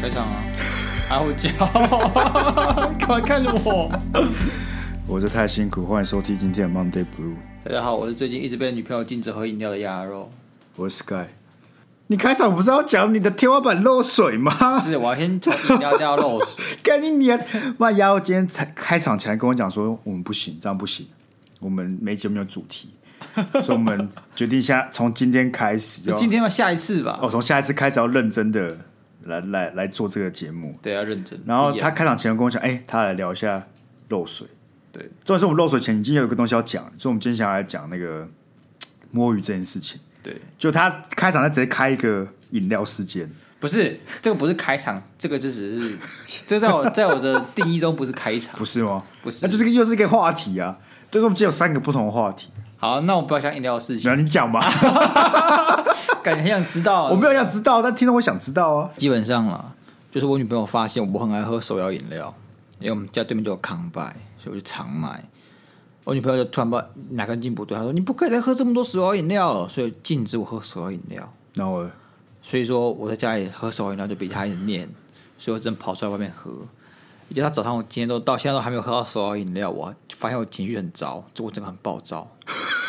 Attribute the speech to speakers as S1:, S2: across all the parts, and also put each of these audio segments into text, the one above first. S1: 开场 啊！啊，我叫， 干嘛看着我？
S2: 我是太辛苦，欢迎收听今天的 Monday Blue，
S1: 大家好，我是最近一直被女朋友禁止喝饮料的鸭肉。
S2: 我是 Sky。你开场不是要讲你的天花板漏水吗？
S1: 是，我要先从饮料掉到漏水。
S2: 赶紧你啊！妈呀！我今天才开场前还跟我讲说，我们不行，这样不行，我们每节目有主题，所以我们决定下从今天开始要，
S1: 今天吧，下一次吧。
S2: 哦，从下一次开始要认真的来来来做这个节目。
S1: 对，要认真。
S2: 然后
S1: 不一
S2: 他
S1: 样
S2: 开场前跟我讲，哎、他来聊一下漏水。
S1: 对，
S2: 重点是我们漏水前已经有一个东西要讲，所以我们今天想要来讲那个嘖摸鱼这件事情。
S1: 对，
S2: 就他开场，他直接开一个饮料事件，
S1: 不是这个不是开场，这个就只是，这在我在我的定义中不是开场
S2: 不。是吗？
S1: 不是
S2: 那就这个又是一个话题啊。就是我们今天有三个不同的话题，
S1: 好，那我不要讲饮料的事情，
S2: 然后你讲吧，
S1: 感觉很想知道。啊
S2: 我没有想知道，但听到我想知道啊。
S1: 基本上啦，就是我女朋友发现我很爱喝手摇饮料，因为我们家对面就有康拜，所以我就常买。我女朋友就突然不知道哪根筋不对，她说你不可以再喝这么多手摇饮料了，所以禁止我喝手摇饮料。
S2: 然后呢
S1: 所以说我在家里喝手摇饮料就比她很念，所以我只能跑出来外面喝。以及她早上我今天都到现在都还没有喝到手摇饮料，我发现我情绪很糟，就我整个很暴躁，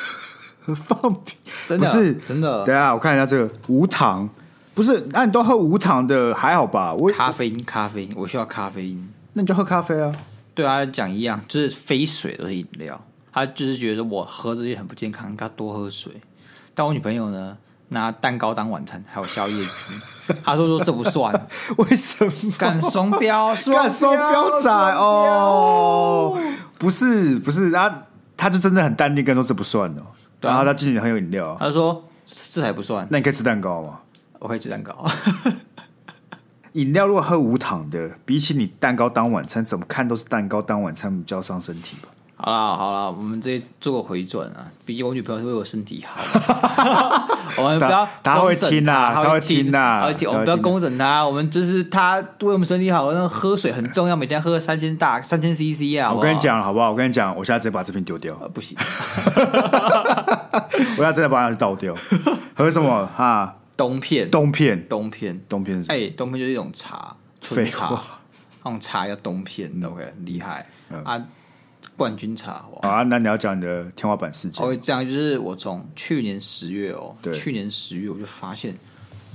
S2: 放屁，
S1: 真的啊
S2: 不是
S1: 真的
S2: 等一下我看一下这个无糖，不是？那、你都喝无糖的还好吧？我
S1: 咖啡因咖啡因，我需要咖啡因。
S2: 那你就喝咖啡啊。
S1: 对他讲一样，就是非水都是饮料。他就是觉得我喝这些很不健康，应该多喝水。但我女朋友呢，拿蛋糕当晚餐，还有宵夜 吃。她说说这不算，
S2: 为什么？
S1: 干双标，
S2: 干双标仔哦
S1: 双标，
S2: 不是不是，他他就真的很淡定，跟他说这不算哦。
S1: 对啊
S2: 然后他今年很有饮料啊，
S1: 她说这才不算，
S2: 那你可以吃蛋糕吗？
S1: 我可以吃蛋糕。
S2: 饮料如果喝无糖的，比起你蛋糕当晚餐，怎么看都是蛋糕当晚餐比较伤身体吧。
S1: 好啦好啦，我们这做个回转啊，毕竟我女朋友是为我身 体好。我们不要
S2: 她她会听
S1: 呐，
S2: 啊
S1: 她
S2: 她
S1: 会
S2: 会听啊
S1: 她会听。我们不要
S2: 她会听
S1: 公审她，我们就是她为我们身体好，那喝水很重要，每天喝三千大三千 CC 啊。好不好
S2: 我跟你，讲好不好？我跟你讲，我现在直接把这瓶丢 掉，
S1: 呃不行，
S2: 我现在直接把它倒掉。喝什么哈？
S1: 冬片
S2: 冬片，
S1: 冬片，
S2: 冬片是什么
S1: 哎，冬片就是一种茶，纯
S2: 废
S1: 茶
S2: 话，
S1: 那种茶叫冬片，OK，很厉害
S2: 嗯
S1: 啊，冠军茶哇。
S2: 好啊，那你要讲你的天花板事件
S1: 哎哦我。会这样，就是我从去年十月哦，
S2: 对
S1: 去年十月我就发现，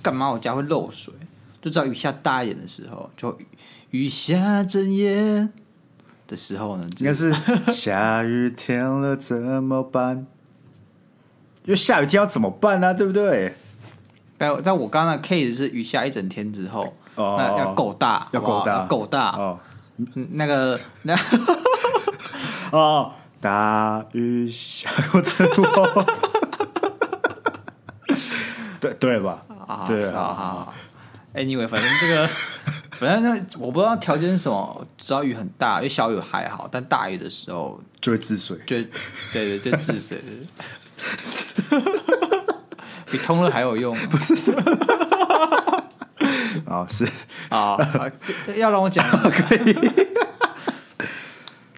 S1: 干嘛我家会漏水？就只要雨下大一点的时候，就雨下整夜的时候呢，
S2: 应该是下雨天了怎么办？因为下雨天要怎么办呢、啊？对不对？
S1: 但但我刚刚的 case 是雨下一整天之后，
S2: 哦
S1: 那要够大，
S2: 要
S1: 好不好
S2: 够
S1: 要够
S2: 大
S1: 大。
S2: 哦
S1: 嗯那个那
S2: 哦，大雨下过的我，对对吧？
S1: 啊，
S2: 对
S1: 是啊，好
S2: 好
S1: 好好 Anyway，反正这个，反正那我不知道条件是什么，只要雨很大，因为小雨还好，但大雨的时候
S2: 就会治水。
S1: 就对对，就治水的， 比通了还有用啊
S2: 啊、是
S1: 啊！啊这要让我讲 可以。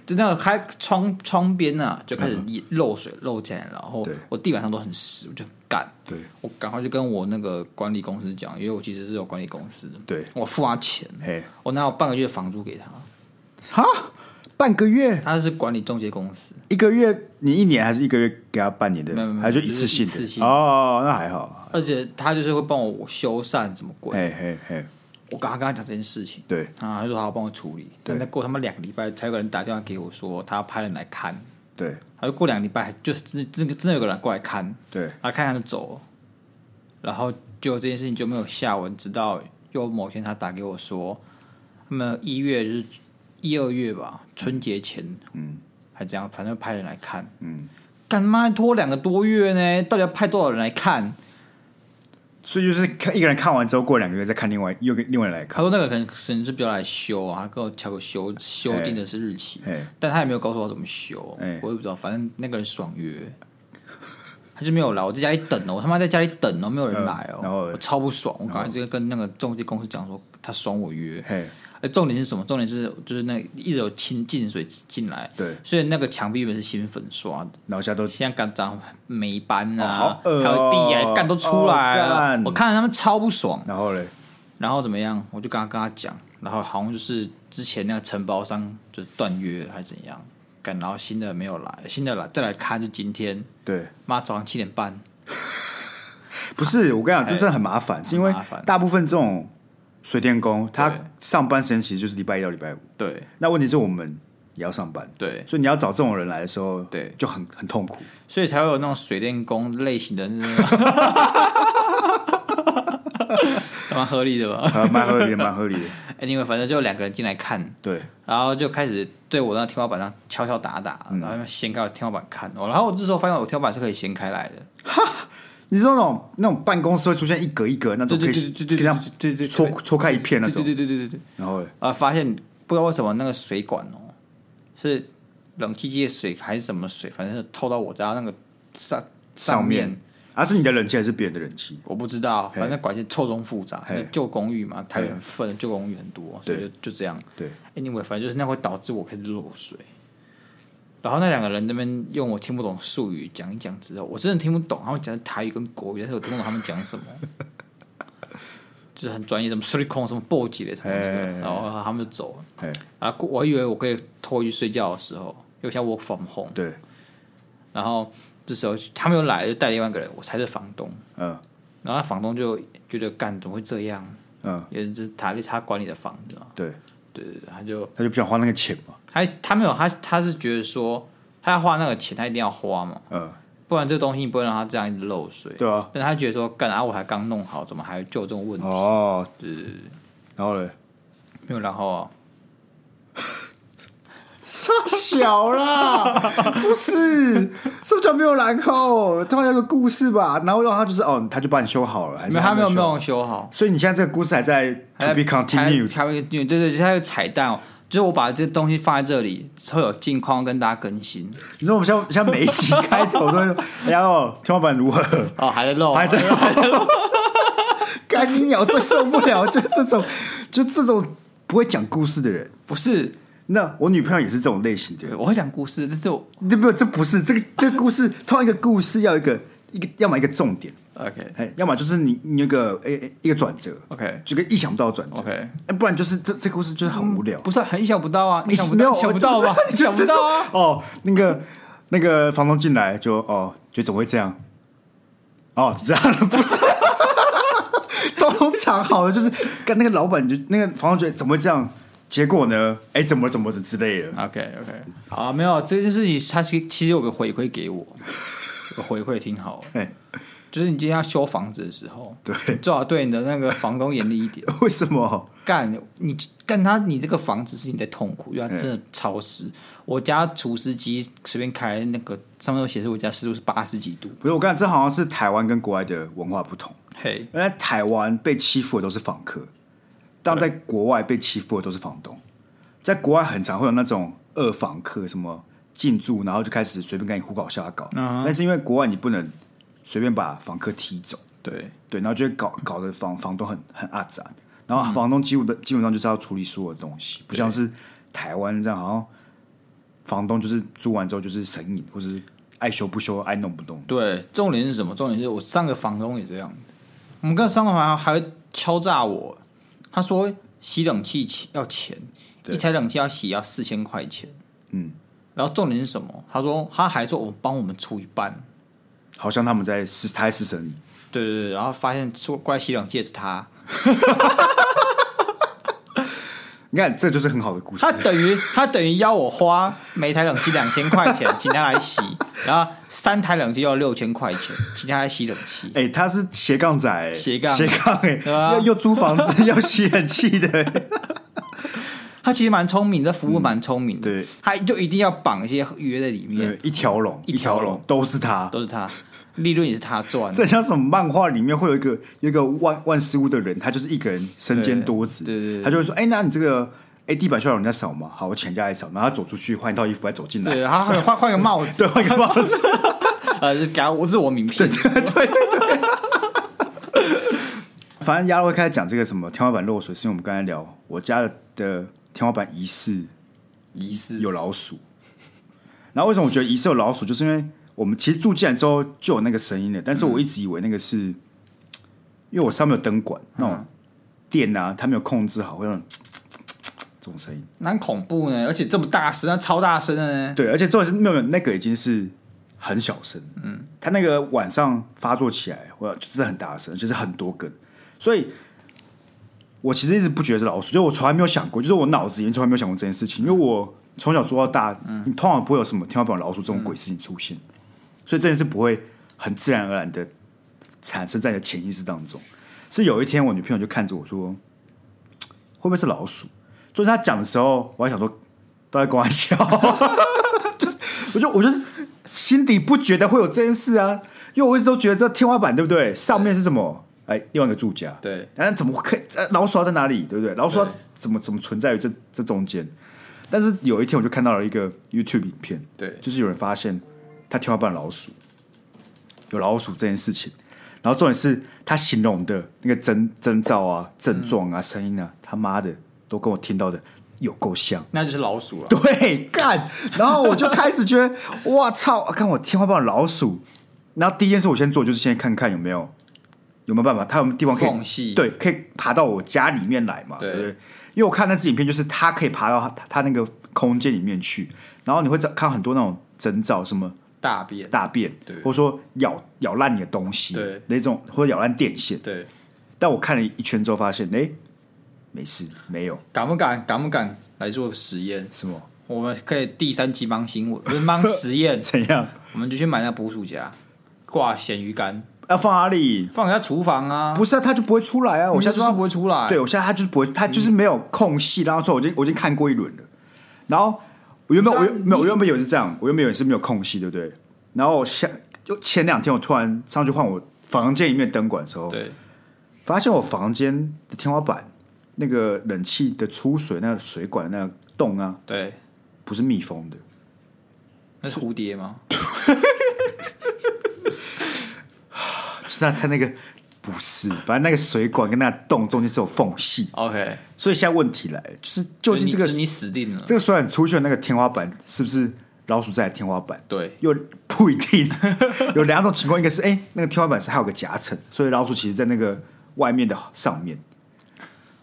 S1: 就那个开窗窗边啊，就开始漏水漏进来，然后
S2: 嗯对
S1: 我地板上都很湿，我就很干，
S2: 对啊
S1: 我赶快就跟我那个管理公司讲，因为我其实是有管理公司的，
S2: 对，
S1: 我付他钱，
S2: 嘿，
S1: 我拿我半个月房租给他，
S2: 哈，半个月、
S1: 他是管理中介公司，
S2: 一个月，你一年还是一个月给他半年的
S1: 没有没，有
S2: 还是
S1: 就
S2: 一
S1: 是
S2: 次性
S1: 一次
S2: 的？
S1: 性
S2: 哦哦，哦那还好。
S1: 而且他就是会帮我修缮什么鬼，
S2: 嘿嘿嘿，
S1: 我刚刚跟他讲这件事情，
S2: 对
S1: 啊，他就说好帮我处理，但再过他妈两个礼拜，才有个人打电话给我说他要派人来看，
S2: 对
S1: 他就过两个礼拜，就是真真真的有个人过来看，
S2: 对，
S1: 他看看就走了，然后就这件事情就没有下文，直到又某天他打给我说，他们一月就是一二月吧，春节前，
S2: 嗯，
S1: 还这样，反正派人来看，
S2: 嗯，
S1: 干妈拖两个多月呢，到底要派多少人来看？
S2: 所以就是看一个人看完之后，过两个月再看另外又跟另外一个人来
S1: 他
S2: 看。
S1: 说那个可能可能是比较来修啊，他跟我敲个修修订的是日期
S2: 嘿，
S1: 但他也没有告诉我怎么修，
S2: 嘿
S1: 我也不知道，反正那个人爽约，他就没有来，我在家里等哦，我他妈在家里等哦，没有人来哦，
S2: 嗯然后
S1: 我超不爽，我赶快直接跟那个中介公司讲说他爽我约，
S2: 嘿，
S1: 哎，重点是什么？重点是就是那一直有清进水进来，
S2: 对，
S1: 所以那个墙壁原本是新粉刷的，
S2: 然后现在都
S1: 现在敢长霉斑
S2: 哦
S1: 啊，
S2: 好恶
S1: 还有地啊，
S2: 哦
S1: 干都出来
S2: 哦
S1: 了，
S2: 干
S1: 我看了他们超不爽。
S2: 然后嘞，
S1: 然后怎么样？我就跟他跟他讲，然后好像就是之前那个承包商就断约了还是怎样，干然后新的没有来，新的来再来看就今天，
S2: 对，
S1: 妈早上七点半，
S2: 不是我跟你讲，这真的很麻烦，是因为
S1: 啊哎麻烦
S2: 大部分这种水电工他
S1: 对
S2: 上班时间其实就是礼拜一到礼拜五，
S1: 对
S2: 那问题是我们也要上班，
S1: 对，
S2: 所以你要找这种人来的时候，
S1: 对
S2: 就很很痛苦。
S1: 所以才会有那种水电工类型的 那种，蛮合理的吧
S2: 啊，蛮合理的，蛮合理的。
S1: ？Anyway，反正就有两个人进来看，
S2: 对，
S1: 然后就开始对我那天花板上敲敲打打，然后掀开我天花板看，哦，然后我这时候发现我天花板是可以掀开来的，
S2: 你说那种那种办公室会出现一格一格那
S1: 对
S2: 种，可
S1: 对
S2: 以
S1: 对对对
S2: 可以
S1: 对
S2: 让
S1: 对对，
S2: 戳戳开一片那
S1: 对对
S2: 种。
S1: 对对对对对。
S2: 然后嘞
S1: 啊，发现不知道为什么那个水管哦，是冷气机的水还是什么水，反正是透到我家那个上
S2: 上
S1: 面，
S2: 面，啊，是你的人气还是别人的人气？
S1: 我不知道，
S2: 嘿
S1: 反正管线错综复杂
S2: 嘿，
S1: 旧公寓嘛，台
S2: 嘿
S1: 北很分，旧公寓很多，所以
S2: 对
S1: 就就这样。
S2: 对，
S1: Anyway，反正就是那会导致我开始漏水。然后那两个人那边用我听不懂术语讲一讲之后，我真的听不懂，他们讲的台语跟国语，但是我听不懂他们讲什 么，就是很专业，什么 three con 什么 b o 的什么那
S2: 嘿
S1: 个
S2: 嘿，嘿
S1: 然后他们就走了。
S2: 哎，
S1: 啊，过我以为我可以拖回去睡觉的时候，又像 work from home，
S2: 对，
S1: 然后这时候他们又来，就带另外一个人，我才是房东，
S2: 嗯
S1: 然后那房东就觉得干怎么会这样？
S2: 嗯，
S1: 因为这是塔利他管理的房子嘛，
S2: 对，
S1: 对对对，他就
S2: 他就不想花那个钱嘛，
S1: 他他没有他他是觉得说他要花那个钱，他一定要花嘛，
S2: 嗯，
S1: 不然这东西你不能让他这样一直漏水。
S2: 对啊，
S1: 但他觉得说干啊，我还刚弄好，怎么还就有这种问题？
S2: 哦，对，然后嘞，
S1: 没有然后啊，
S2: 太小 啦，不是，是不是没有然后？突然有个故事吧，然后然后他就是哦，他就帮你修好了，还是
S1: 没有他没有
S2: 修
S1: 没有修好，
S2: 所以你现在这个故事还在 to
S1: 还
S2: be continued，
S1: 还会对对，对它有彩蛋哦。就是我把这东西放在这里，会有近况跟大家更新
S2: 你说我们像像每一集开头都会说，哎呀哦，天花板如何？
S1: 哦，还在漏，
S2: 还在 干你鸟，最受不了就这种，就这种不会讲故事的人。
S1: 不是，
S2: 那我女朋友也是这种类型的
S1: 对
S2: 人，
S1: 我会讲故事，但是我
S2: 这不这不是这个这个故事，通常一个故事要一个一个，要么一个重点，
S1: OK
S2: 哎，要么就是你你有一个诶、诶一个转折，
S1: OK
S2: 就个意想不到的转折，
S1: OK，
S2: 哎，不然就是这这故事就是很无聊。
S1: 不是很意想不到啊，
S2: 你
S1: 意想不
S2: 没有
S1: 到，想不到吧
S2: 我就？知道
S1: 想不到啊！
S2: 哦，那个那个房东进来就哦，就怎么会这样？哦，这样了不是？ 通常好的就是跟那个老板就那个房东觉得怎么会这样？结果呢？哎，怎么怎么怎么之类的？
S1: OK OK，好、啊，没有这件事情，他其其实有个回馈给我，有回馈挺好的
S2: 哎，
S1: 就是你今天要修房子的时候，
S2: 对
S1: 你最好对你的那个房东严厉一 点。
S2: 为什么？
S1: 干你干他，你这个房子是你在痛苦，因为它真的超湿。我家除湿机随便开那个上面都显示我家湿度是八十几度，
S2: 不是我刚才这好像是台湾跟国外的文化不同，
S1: 嘿，
S2: 因为台湾被欺负的都是访客，但在国外被欺负的都是房东。在国外很常会有那种二房客，什么进驻然后就开始随便跟你胡搞瞎搞，但是因为国外你不能随便把房客踢走，
S1: 对
S2: 对，然后就会搞搞得房房东很很阿杂，然后房东基本的、基本上就是要处理所有的东西，不像是台湾这样，好像房东就是租完之后就是神隐，或是爱修不修，爱弄不弄。
S1: 对。重点是什么？重点是我上个房东也这样，我们跟上个房东还会敲诈我，他说洗冷气起要钱，一台冷气要洗要四千块钱，
S2: 嗯，
S1: 然后重点是什么？他说他还说我帮我们出一半，好
S2: 好像他们在是他在施神隐，
S1: 对对对，然后发现说过来洗冷气的是他，
S2: 你看这就是很好的故事
S1: 他。等 于他等于要我花每台冷气两千块钱，请他来洗，然后三台冷气要六千块钱，请他来洗冷气。
S2: 哎、他是斜杠仔、欸，
S1: 斜杠
S2: 斜杠哎、
S1: 对啊
S2: 要又租房 子，要吸人气的、
S1: 他其实蛮聪明，这服务蛮聪明的，
S2: 嗯对，
S1: 他就一定要绑一些约在里面，
S2: 对，一条龙，
S1: 一条龙
S2: 都是他。
S1: 都是他， 利润也是他赚的。
S2: 这像什么漫画里面会有一个有一个万万事屋的人，他就是一个人身兼多职，
S1: 对对对对
S2: 他就会说，哎、那你这个哎地板需要人家扫吗？好，我请人家来扫，然后他走出去换一套衣服再走进来，
S1: 对，然后换换换个帽子，
S2: 对，换个帽子，
S1: 呃，就给他我是我名片，对对对。
S2: 反正鸭肉会开始讲这个什么天花板漏水，是因为我们刚才聊我家的天花板疑似
S1: 疑似
S2: 有老鼠。 然后为什么我觉得疑似有老鼠，就是因为我们其实住进来之后就有那个声音了，但是我一直以为那个是，因为我上面有灯管那种电啊，它没有控制好，会有那种这种声音。
S1: 那很恐怖呢，而且这么大声，那超大声的呢。
S2: 对，而且重点是没有没有那个已经是很小声，嗯，它那个晚上发作起来，我就是很大声，就是很多根，所以我其实一直不觉得是老鼠，就我从来没有想过，就是我脑子里面从来没有想过这件事情，因为我从小做到大，你通常不会有什么天花板有老鼠这种鬼事情出现，所以这件事不会很自然而然的产生在你的潜意识当中。是有一天，我女朋友就看着我说：“会不会是老鼠？”就是她讲的时候，我还想说都在跟我笑， 我就我就是心底不觉得会有这件事啊，因为我一直都觉得这天花板对不对？上面是什么？哎，另外一个住家。
S1: 对，
S2: 但怎么可以？呃老鼠要在哪里？对不对？老鼠要
S1: 对
S2: 怎么怎么存在于这这中间？但是有一天我就看到了一个 YouTube 影片，
S1: 对
S2: 就是有人发现他天花板有老鼠，有老鼠这件事情。然后重点是他形容的那个征征兆啊、症状啊、声音啊，他妈的都跟我听到的有够像。
S1: 那就是老鼠了。
S2: 对，干。然后我就开始觉得，哇操！看我天花板有老鼠。然后第一件事我先做就是先看看有没有有没有办法，它有没有地方可以
S1: 缝隙
S2: 对，可以爬到我家里面来嘛，
S1: 对
S2: 对不对？因为我看那支影片，就是它可以爬到它它那个空间里面去，然后你会找看很多那种征兆，什么
S1: 大便，
S2: 大便，
S1: 对
S2: 或者说咬咬烂你的东西，
S1: 对
S2: 那种或者咬烂电线。
S1: 对，
S2: 但我看了一圈之后发现，哎，没事，没有
S1: 敢不敢？敢不敢来做实验？
S2: 什么，
S1: 我们可以第三期帮新闻，不是帮实验
S2: 怎样，
S1: 我们就去买那捕鼠夹，挂咸鱼干，
S2: 要放哪里？
S1: 放在厨房啊。
S2: 不是啊，他就不会出来啊！我
S1: 我
S2: 现
S1: 现在
S2: 在就
S1: 就是
S2: 是
S1: 不会出来。
S2: 对，我现在他就是不会，他就是没有空隙让他出来。我已经我已经看过一轮了，然后我原本我
S1: 不是啊
S2: 原没有
S1: 你
S2: 我原本以为是这样，我原本以为是没有空隙，对不对？然后我下就前两天我突然上去换我房间里面的灯管的时候，
S1: 对
S2: 发现我房间的天花板那个冷气的出水那个水管那个洞啊，
S1: 对，
S2: 不是密封的，
S1: 那是蝴蝶吗？
S2: 是那它那个不是，反正那个水管跟那个洞中间是有缝隙，
S1: OK，
S2: 所以现在问题来了，就是究竟这个
S1: 所以你你死定了。
S2: 这个虽然出现那个天花板是不是老鼠在的天花板，
S1: 对
S2: 又不一定。有两种情况，一个是哎、诶那个天花板是还有个夹层，所以老鼠其实在那个外面的上面。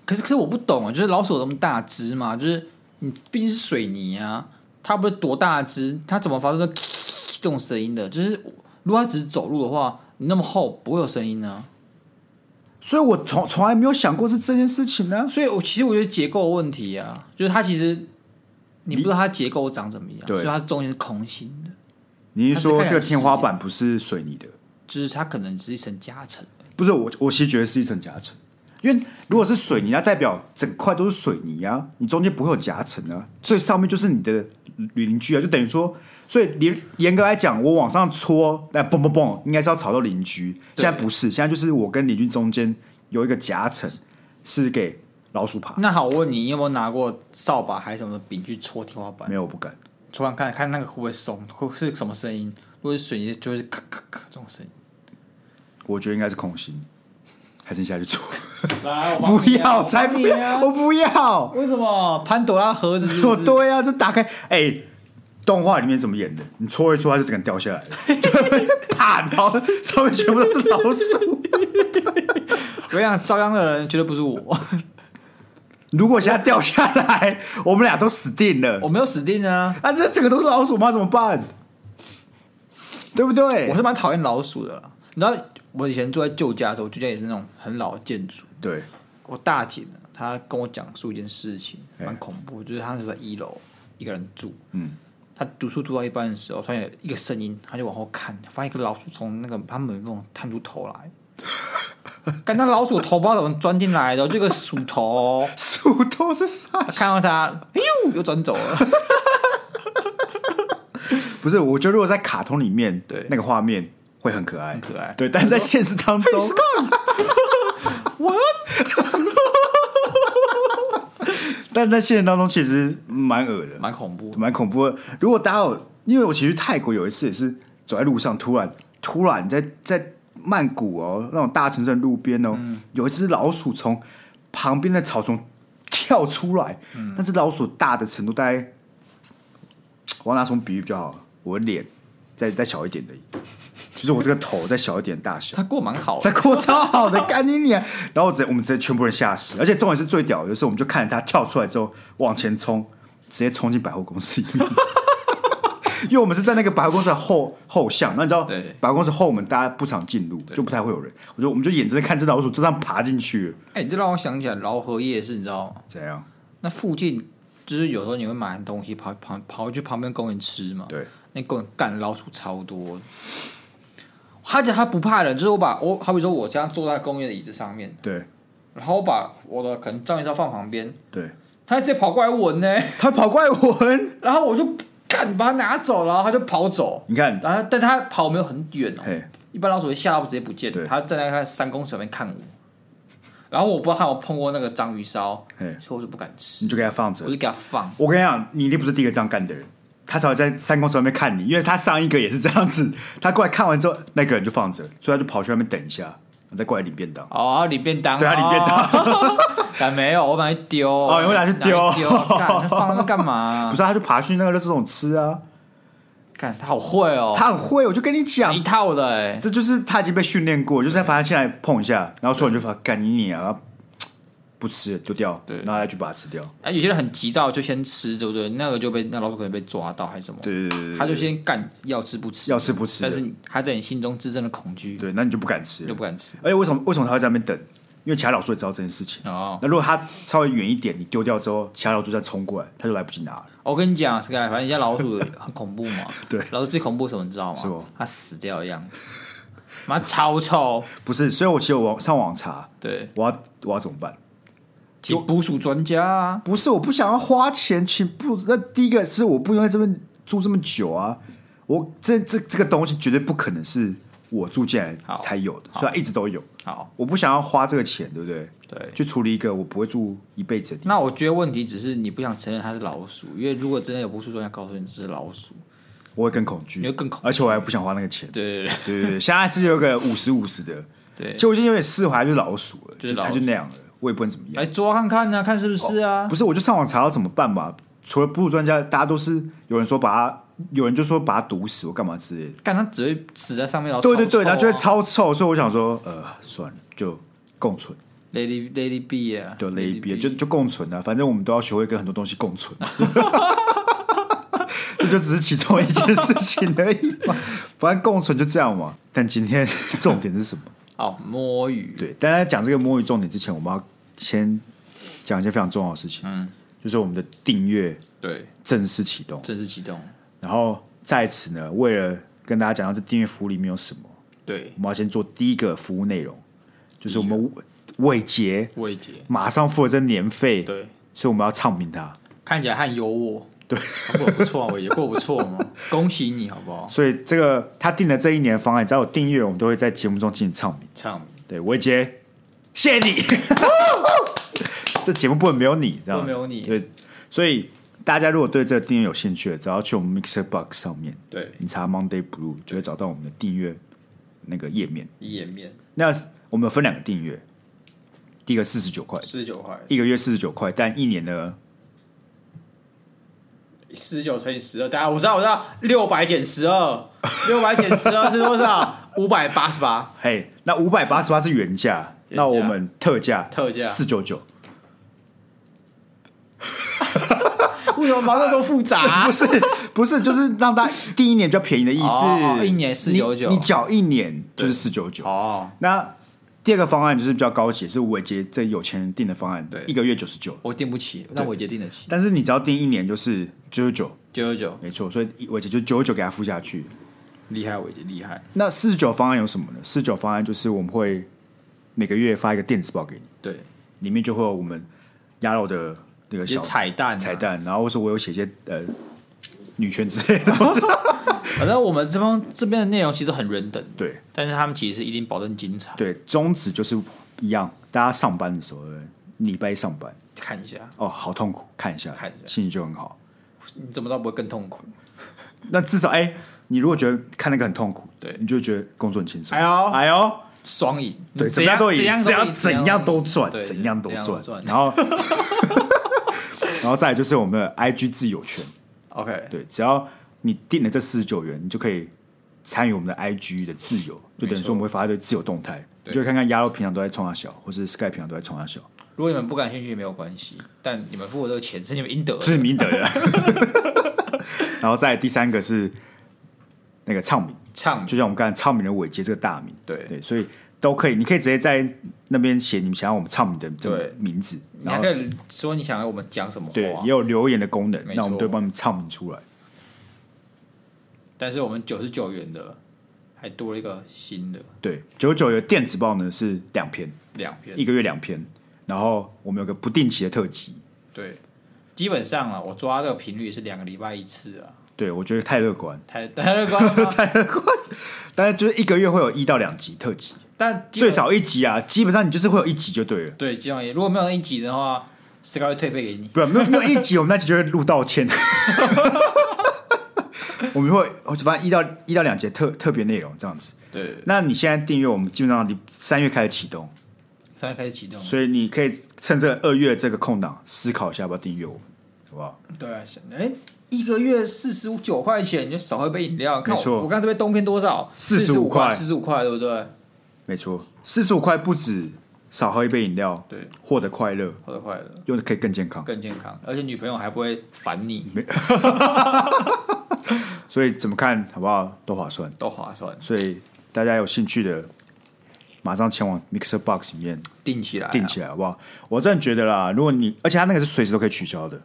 S1: 可是可是我不懂啊，就是老鼠有那么大只嘛，就是你毕竟是水泥啊，它不是多大只，它怎么发出这这种声音的？就是如果它只是走路的话，你那么厚不会有声音啊呢、
S2: 所以我从从来没有想过是这件事情呢、
S1: 所以我其实我觉得结构问题啊，就是它其实你不知道它结构长怎么样，
S2: 对
S1: 所以它中间是空心的，
S2: 你是说
S1: 它是看起
S2: 这
S1: 来
S2: 个天花板不是水泥的？
S1: 就是它可能只是一层夹层。
S2: 不是我，我其实觉得是一层夹层，因为如果是水泥，那代表整块都是水泥啊，你中间不会有夹层啊，所以上面就是你的邻居啊，就等于说，所以严严格来讲，我往上戳，那嘣嘣嘣，应该是要吵到邻居，
S1: 对
S2: 现在不是，现在就是我跟邻居中间有一个夹层，是给老鼠爬，
S1: 那好，我问你，你有没有拿过扫把还是什么的柄去戳天花板
S2: 没？有我不敢，
S1: 戳完看看那个会不会松，会是什么声音？如果是水泥，就是咔咔咔这种声音。
S2: 我觉得应该是空心，还是你下去戳，
S1: 来，
S2: 不要，才不要，我不要，
S1: 为什 么潘朵拉盒子是不
S2: 哦，
S1: 是？
S2: 对啊，这打开，哎、动画里面怎么演的？你戳一戳，它就整个掉下来了， 就啪，然后上面全部都是老鼠。
S1: 我跟你讲，遭殃的人绝对不是 我，
S2: 如果现在掉下来，我们俩都死定了
S1: 我。没有死定啊！
S2: 啊，这整个都是老鼠吗？怎么办？对不对
S1: 我？是蛮讨厌老鼠的啦。你知道，我以前住在旧家的时候，旧家也是那种很老的建筑。
S2: 对，
S1: 我大姐呢，她跟我讲述一件事情，
S2: 哎
S1: 蛮恐怖，就是她是在一楼一个人住，
S2: 嗯，
S1: 她读书读到一半的时候，突然有一个声音，她就往后看，发现一个老鼠从那个她门缝探出头来。 感那老鼠头不知道怎么钻进来的，这个鼠头，
S2: 鼠都是啥？
S1: 看到它，哎呦，又钻走了。
S2: 不是，我觉得如果在卡通里面，
S1: 对
S2: 那个画面会很可爱，很
S1: 可爱
S2: 对，但是在现实当中， 但在现实当中其实蛮恶 的。
S1: 蛮恐怖的。
S2: 蛮恐怖的。如果大家有，因为我其实去泰国有一次也是走在路上，突然突然在在曼谷哦，那种大城市的路边哦，
S1: 嗯
S2: 有一只老鼠从旁边的草丛跳出来，
S1: 嗯
S2: 那只老鼠大的程度大概，我要拿什么比喻比较好？我的脸再再小一点的，就是我这个头再小一点大小。
S1: 他过蛮好
S2: 他
S1: 的，
S2: 过超好的，干你娘！然后直接我们直接全部人吓死，而且重点是最屌的，就是我们就看着他跳出来之后往前冲，直接冲进百货公司里 面。因为我们是在那个百货公司的后后巷，那你知道
S1: 对
S2: 百货公司后门大家不常进入，就不太会有人。我就我们就眼睁睁看这老鼠就这样爬进去了，
S1: 哎、你这让我想起来饶河夜市，你知道吗？
S2: 怎样？
S1: 那附近就是有时候你会买完东西跑跑跑去旁边公园吃嘛，
S2: 对，
S1: 那公园干老鼠超多的，而且它不怕人，就是我把我好比说我这样坐在公园的椅子上面，
S2: 对
S1: 然后我把我的可能照片照放旁边，
S2: 对，
S1: 它直接跑过来闻呢、
S2: 它跑过来闻，
S1: 然后我就干把它拿走，然后它就跑走，
S2: 你看，
S1: 然后但它跑没有很远哦，
S2: 嘿，
S1: 一般老鼠会吓到直接不见
S2: 对，
S1: 它站在它三公尺外面看我，然后我不知道它有碰过那个章鱼烧
S2: 嘿，
S1: 所以我就不敢吃
S2: 你，就给它放着
S1: 我。就给它放。
S2: 我跟你讲，你一定不是第一个这样干的人。他才会在三公尺外面看你，因为他上一个也是这样子，他过来看完之后，那个人就放着，所以他就跑去外面等一下，然后再过来领便当。
S1: 哦，里便当，
S2: 对啊，领便
S1: 哦，
S2: 当，
S1: 但没有，我把它丢，
S2: 哦你会拿去丢
S1: 拿丢，干它放那边干嘛
S2: 不？是，他就爬去那个垃圾桶吃啊。
S1: 干，它好会哦，
S2: 他很会，我就跟你讲
S1: 一，套的哎，
S2: 这就是他已经被训练过，就是反正现在碰一下，然后所有人就发干你你啊，然后不吃了丢掉，
S1: 对
S2: 然后再去把它吃掉。
S1: 啊，有些人很急躁，就先吃，对不对？那个就被那老鼠可能被抓到还是什么，
S2: 对对对对对，
S1: 他就先干，要吃不吃，
S2: 要吃不吃的
S1: 但是你还在你心中滋生了恐惧，
S2: 对，那你就不敢吃
S1: 就
S2: 了。
S1: 不敢吃。
S2: 而且为什么为什么他会在那边等？因为其他老鼠也知道这件事情。
S1: 哦，
S2: 那如果他稍微远一点，你丢掉之后，其他老鼠再冲过来，他就来不及拿了。
S1: 我跟你讲，Sky，反正 人家老鼠很恐怖嘛。
S2: 对
S1: 老鼠最恐怖什么，你知道吗？
S2: 什么
S1: 它死掉的样子，妈超臭。
S2: 不是，所以我其实我网上网查，
S1: 对，
S2: 我要我要怎么办？
S1: 请捕鼠专家啊。
S2: 不是，我不想要花钱请不。那第一个是我不应该这边住这么久啊，我这这这个东西绝对不可能是我住进来
S1: 好
S2: 才有的，虽然一直都有，
S1: 好，
S2: 我不想要花这个钱，对不对？
S1: 对。
S2: 去处理一个我不会住一辈子的地
S1: 那我觉得问题只是你不想承认它是老鼠，因为如果真的有捕鼠专家告诉你这是老鼠，
S2: 方，我会更恐惧，
S1: 你会更恐惧
S2: 而且我还不想花那个钱。
S1: 对对
S2: 对对对，现在是有个五十五十的，
S1: 对
S2: 其实我已经有点释怀，就是老鼠了，
S1: 就是老
S2: 它
S1: 鼠
S2: 就那样了，我也不能怎么样
S1: 对，。来抓看看啊，看是不是啊？
S2: 不是，我就上网查到怎么办嘛。除了哺乳专家，大家都是有人说把它，有人就说把它毒死，我干嘛之类的。
S1: 干它只会死在上面，然后啊
S2: 对对对，
S1: 它
S2: 然后就会超臭，啊所以我想说，呃，算了，就共存，
S1: Lady Lady B 啊，
S2: 就
S1: Lady
S2: lady B，就就共存啊。反正我们都要学会跟很多东西共存。啊 这就只是其中一件事情而已嘛，反正共存就这样嘛。但今天重点是 什么？
S1: 哦，摸鱼，
S2: 对，但在讲这个摸鱼重点之前，我们要先讲一件非常重要的事情，嗯，就是我们的订阅
S1: 对，
S2: 正式启动。
S1: 正式启动，
S2: 然后在此呢，为了跟大家讲到这订阅服务里面有什么，
S1: 对，
S2: 我们要先做第一个服务内容，就是我们伟杰
S1: 魏杰，
S2: 马上付了这年费，
S1: 对，
S2: 所以我们要唱名他。
S1: 看起来很有我，对，过得不错啊，我也过得不错 嘛，恭喜你好不好？
S2: 所以这个他定了这一年的方案，只要有订阅，我们都会在节目中进行唱名。
S1: 唱
S2: 对，伟杰，谢 谢你。这节目不能没有你，这样
S1: 不能没有你
S2: 对，所以大家如果对这个订阅有兴趣的，只要去我们 Mixer Box 上面，
S1: 对
S2: 你查 Monday Blue 就会找到我们的订阅那个页面。
S1: 页面
S2: 那我们有分两个订阅，第一个四十九块，
S1: 四十九块，
S2: 一个月四十九块，但一年呢，
S1: 四十九乘以十二，大家我知道我知道，六百减十二，六百减十二是 多少？五百八十八，
S2: 嘿，那五百八十八是原价，
S1: 原价
S2: 那我们特价
S1: 特价
S2: 四九 九，
S1: 为什么毛上都复杂 啊、
S2: 不是不是，就是让大家第一年比较便宜的意思，
S1: 哦一年499
S2: 你你缴一年就是四九九。
S1: 哦，
S2: 那第二个方案就是比较高级，是伟杰这有钱人定的方案，
S1: 对
S2: 一个月九十九，
S1: 我订不起，那我也订得起，
S2: 但是你只要定一年就是九十九，
S1: 九九九，
S2: 没错，所以伟杰就九十九给他付下去，
S1: 厉害，我已经厉害，
S2: 那四十九方案有什么呢？四十九方案就是我们会每个月发一个电子报给你，
S1: 对，
S2: 里面就会有我们鸭肉的那个
S1: 一些
S2: 小
S1: 彩蛋、啊，
S2: 彩，蛋，然后或者我有写一些呃女权之 类的。
S1: 反正我们这方这边的内容其实很人等，
S2: 对
S1: 但是他们其实一定保证精彩，
S2: 对，宗旨就是一样，大家上班的时候，对不对礼拜一上班
S1: 看一下，
S2: 哦，好痛苦，看一下，
S1: 看一下
S2: 心情就很好。
S1: 你怎么知道不会更痛苦？
S2: 那至少哎、你如果觉得看那个很痛苦，
S1: 对
S2: 你就觉得工作很轻松。
S1: 哎呦
S2: 哎呦，
S1: 双赢，
S2: 对，
S1: 嗯怎
S2: 怎么样都赢，
S1: 怎样
S2: 怎
S1: 样嗯
S2: 样怎样都赚，
S1: 对
S2: 怎样都
S1: 怎样都赚
S2: 赚。然后，然后再来就是我们的 IG 自由权，
S1: OK，
S2: 对，只要你定了这四十九元，你就可以参与我们的 IG 的自由，就等于
S1: 没错
S2: 说我们会发一堆自由动态，你就会看看鸭肉平常都在冲啊小，或是 Sky 平常都在冲啊小，
S1: 如果你们不感兴趣也没有关系，但你们付我这个钱是你们应得
S2: 这
S1: 的。
S2: 是明德的。 然后再来第三个是那个唱名，
S1: 唱
S2: 就像我们刚才唱名的伟杰这个大名，
S1: 对
S2: 对，所以都可以，你可以直接在那边写你们想要我们唱名的这
S1: 对
S2: 个名字，
S1: 你还
S2: 然后
S1: 可以说你想要我们讲什么
S2: 对，也
S1: 话，
S2: 有留言的功能
S1: 啊没，
S2: 那我们
S1: 错
S2: 都会帮你们唱名出来。
S1: 但是我们九十九元的还多了一个新的
S2: 对，九九有电子报呢是两篇，
S1: 两篇
S2: 一。个月两篇，然后我们有个不定期的特辑。
S1: 对，基本上啊，我抓这个频率是两个礼拜一次啊，
S2: 对，我觉得太乐观，
S1: 太 太乐观了吧。
S2: 但是就是一个月会有一到两集特辑，
S1: 但基本
S2: 最少一集啊，基本上你就是会有一集就对了，
S1: 对，基本上也如果没有那一集的话，s k y 会退费给你。
S2: 不然没 有没有一集，我们那集就会录道歉。 我们会反正一到一到两节特特别内容这样子。
S1: 对，
S2: 那你现在订阅我们，基本上你三月开始启动，
S1: 三月开始启动。
S2: 所以你可以趁这二月这个空档思考一下要不要订阅我们，好不好？
S1: 对啊，想哎，一个月四十九块钱，你就少喝一杯饮料。看
S2: 没错
S1: 我，我刚这边东片多少？
S2: 45块
S1: 四十五块，对不对？
S2: 没错，四十五块不止少喝一杯饮料，
S1: 对，
S2: 获得快乐，
S1: 好的坏了，
S2: 用的可以更健康。
S1: 更健康，而且女朋友还不会烦你，
S2: 所以怎么看好不好都划算。
S1: 都划算，
S2: 所以大家有兴趣的，马上前往 Mixer Box 里面
S1: 定起来、啊，
S2: 订起来，好不好？我真的觉得啦，如果你而且它那个是随时都可以取消的，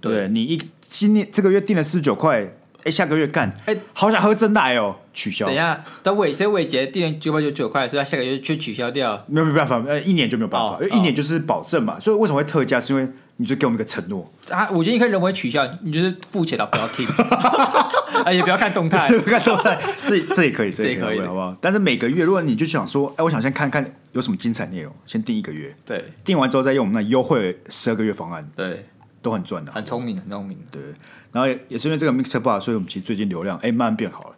S1: 对
S2: 对你一今年这个月订了四十九块，哎，下个月干，
S1: 哎
S2: 哎，好想喝真奶哦，取消
S1: 等一。下，等伟所以伟杰定九百九十九块，所以他下个月就取消掉。
S2: 没有没有办法，呃，一年就没有办法，
S1: 哦
S2: 因为一年就是保证嘛，所以为什么会特价？是因为你就给我们一个承诺，
S1: 啊，我觉得你可以人为取消，你就是付钱了，不要 听，而且不要看动 态。
S2: 看到在这 这也可以，这
S1: 也
S2: 也可
S1: 可以
S2: 以，好不好？但是每个月，如果你就想说，哎，我想先看看有什么精彩内容，先订一个月，
S1: 对
S2: 订完之后再用我们那优惠十二个月方案，
S1: 对，
S2: 都很赚的、
S1: 很聪明，很聪明。
S2: 对，然后也也是因为这个 Mixer Bar，所以我们其实最近流量哎、慢慢变好了，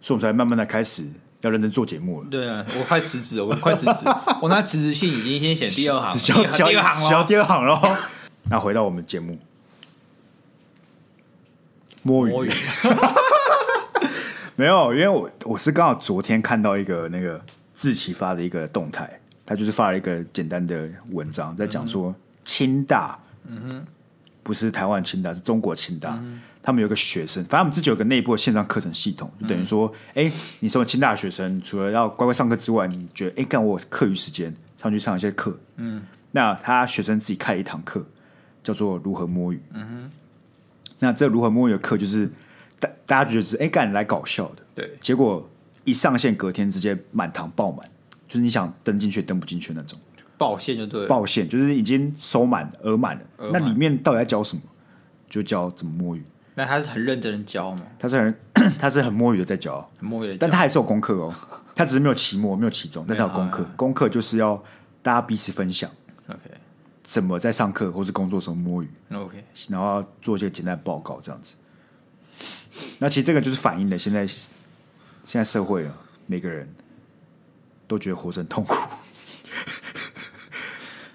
S2: 所以我们才慢慢的开始要认真做节目了。
S1: 对啊，我快辞职了，我快辞职，我那辞职信已经先写第二 行，
S2: 小
S1: 第
S2: 小
S1: 二行
S2: 小
S1: 了。
S2: 第二行喽。那回到我们节目，摸鱼
S1: 摸鱼
S2: 没有，因为我我是刚好昨天看到一个那个志奇发的一个动态，他就是发了一个简单的文章，在讲说清大，嗯哼，不是台湾清大，是中国清大。他们有个学生，反正我们自己有个内部的线上课程系统，就等于说，哎、你身为清大的学生，除了要乖乖上课之外，你觉得，哎、干我有课余时间上去上一些课，嗯，那他学生自己开了一堂课，叫做如何摸鱼，嗯哼，那这如何摸鱼的课就是大大家觉得是，哎、干来搞笑的，
S1: 对，
S2: 结果一上线，隔天直接满堂爆满，就是你想登进去也登不进去那种
S1: 报线就对了。
S2: 爆线，就是已经收满额满了。
S1: 额
S2: 那
S1: 满
S2: 里面到底在教什么？就教怎么摸鱼，
S1: 那他是很认真的教嘛，
S2: 他是很 他是很摸鱼的在教，
S1: 很摸鱼的
S2: 但
S1: 教。
S2: 他还是有功课 哦，他只是没有期末，没有期中，但是有功课。
S1: 啊
S2: 功课就是要大家彼此分享
S1: OK
S2: 怎么在上课或是工作时候摸鱼，
S1: OK，
S2: 然后要做一些简单的报告这样子。那其实这个就是反映了现在现在社会啊，每个人都觉得活着很痛苦。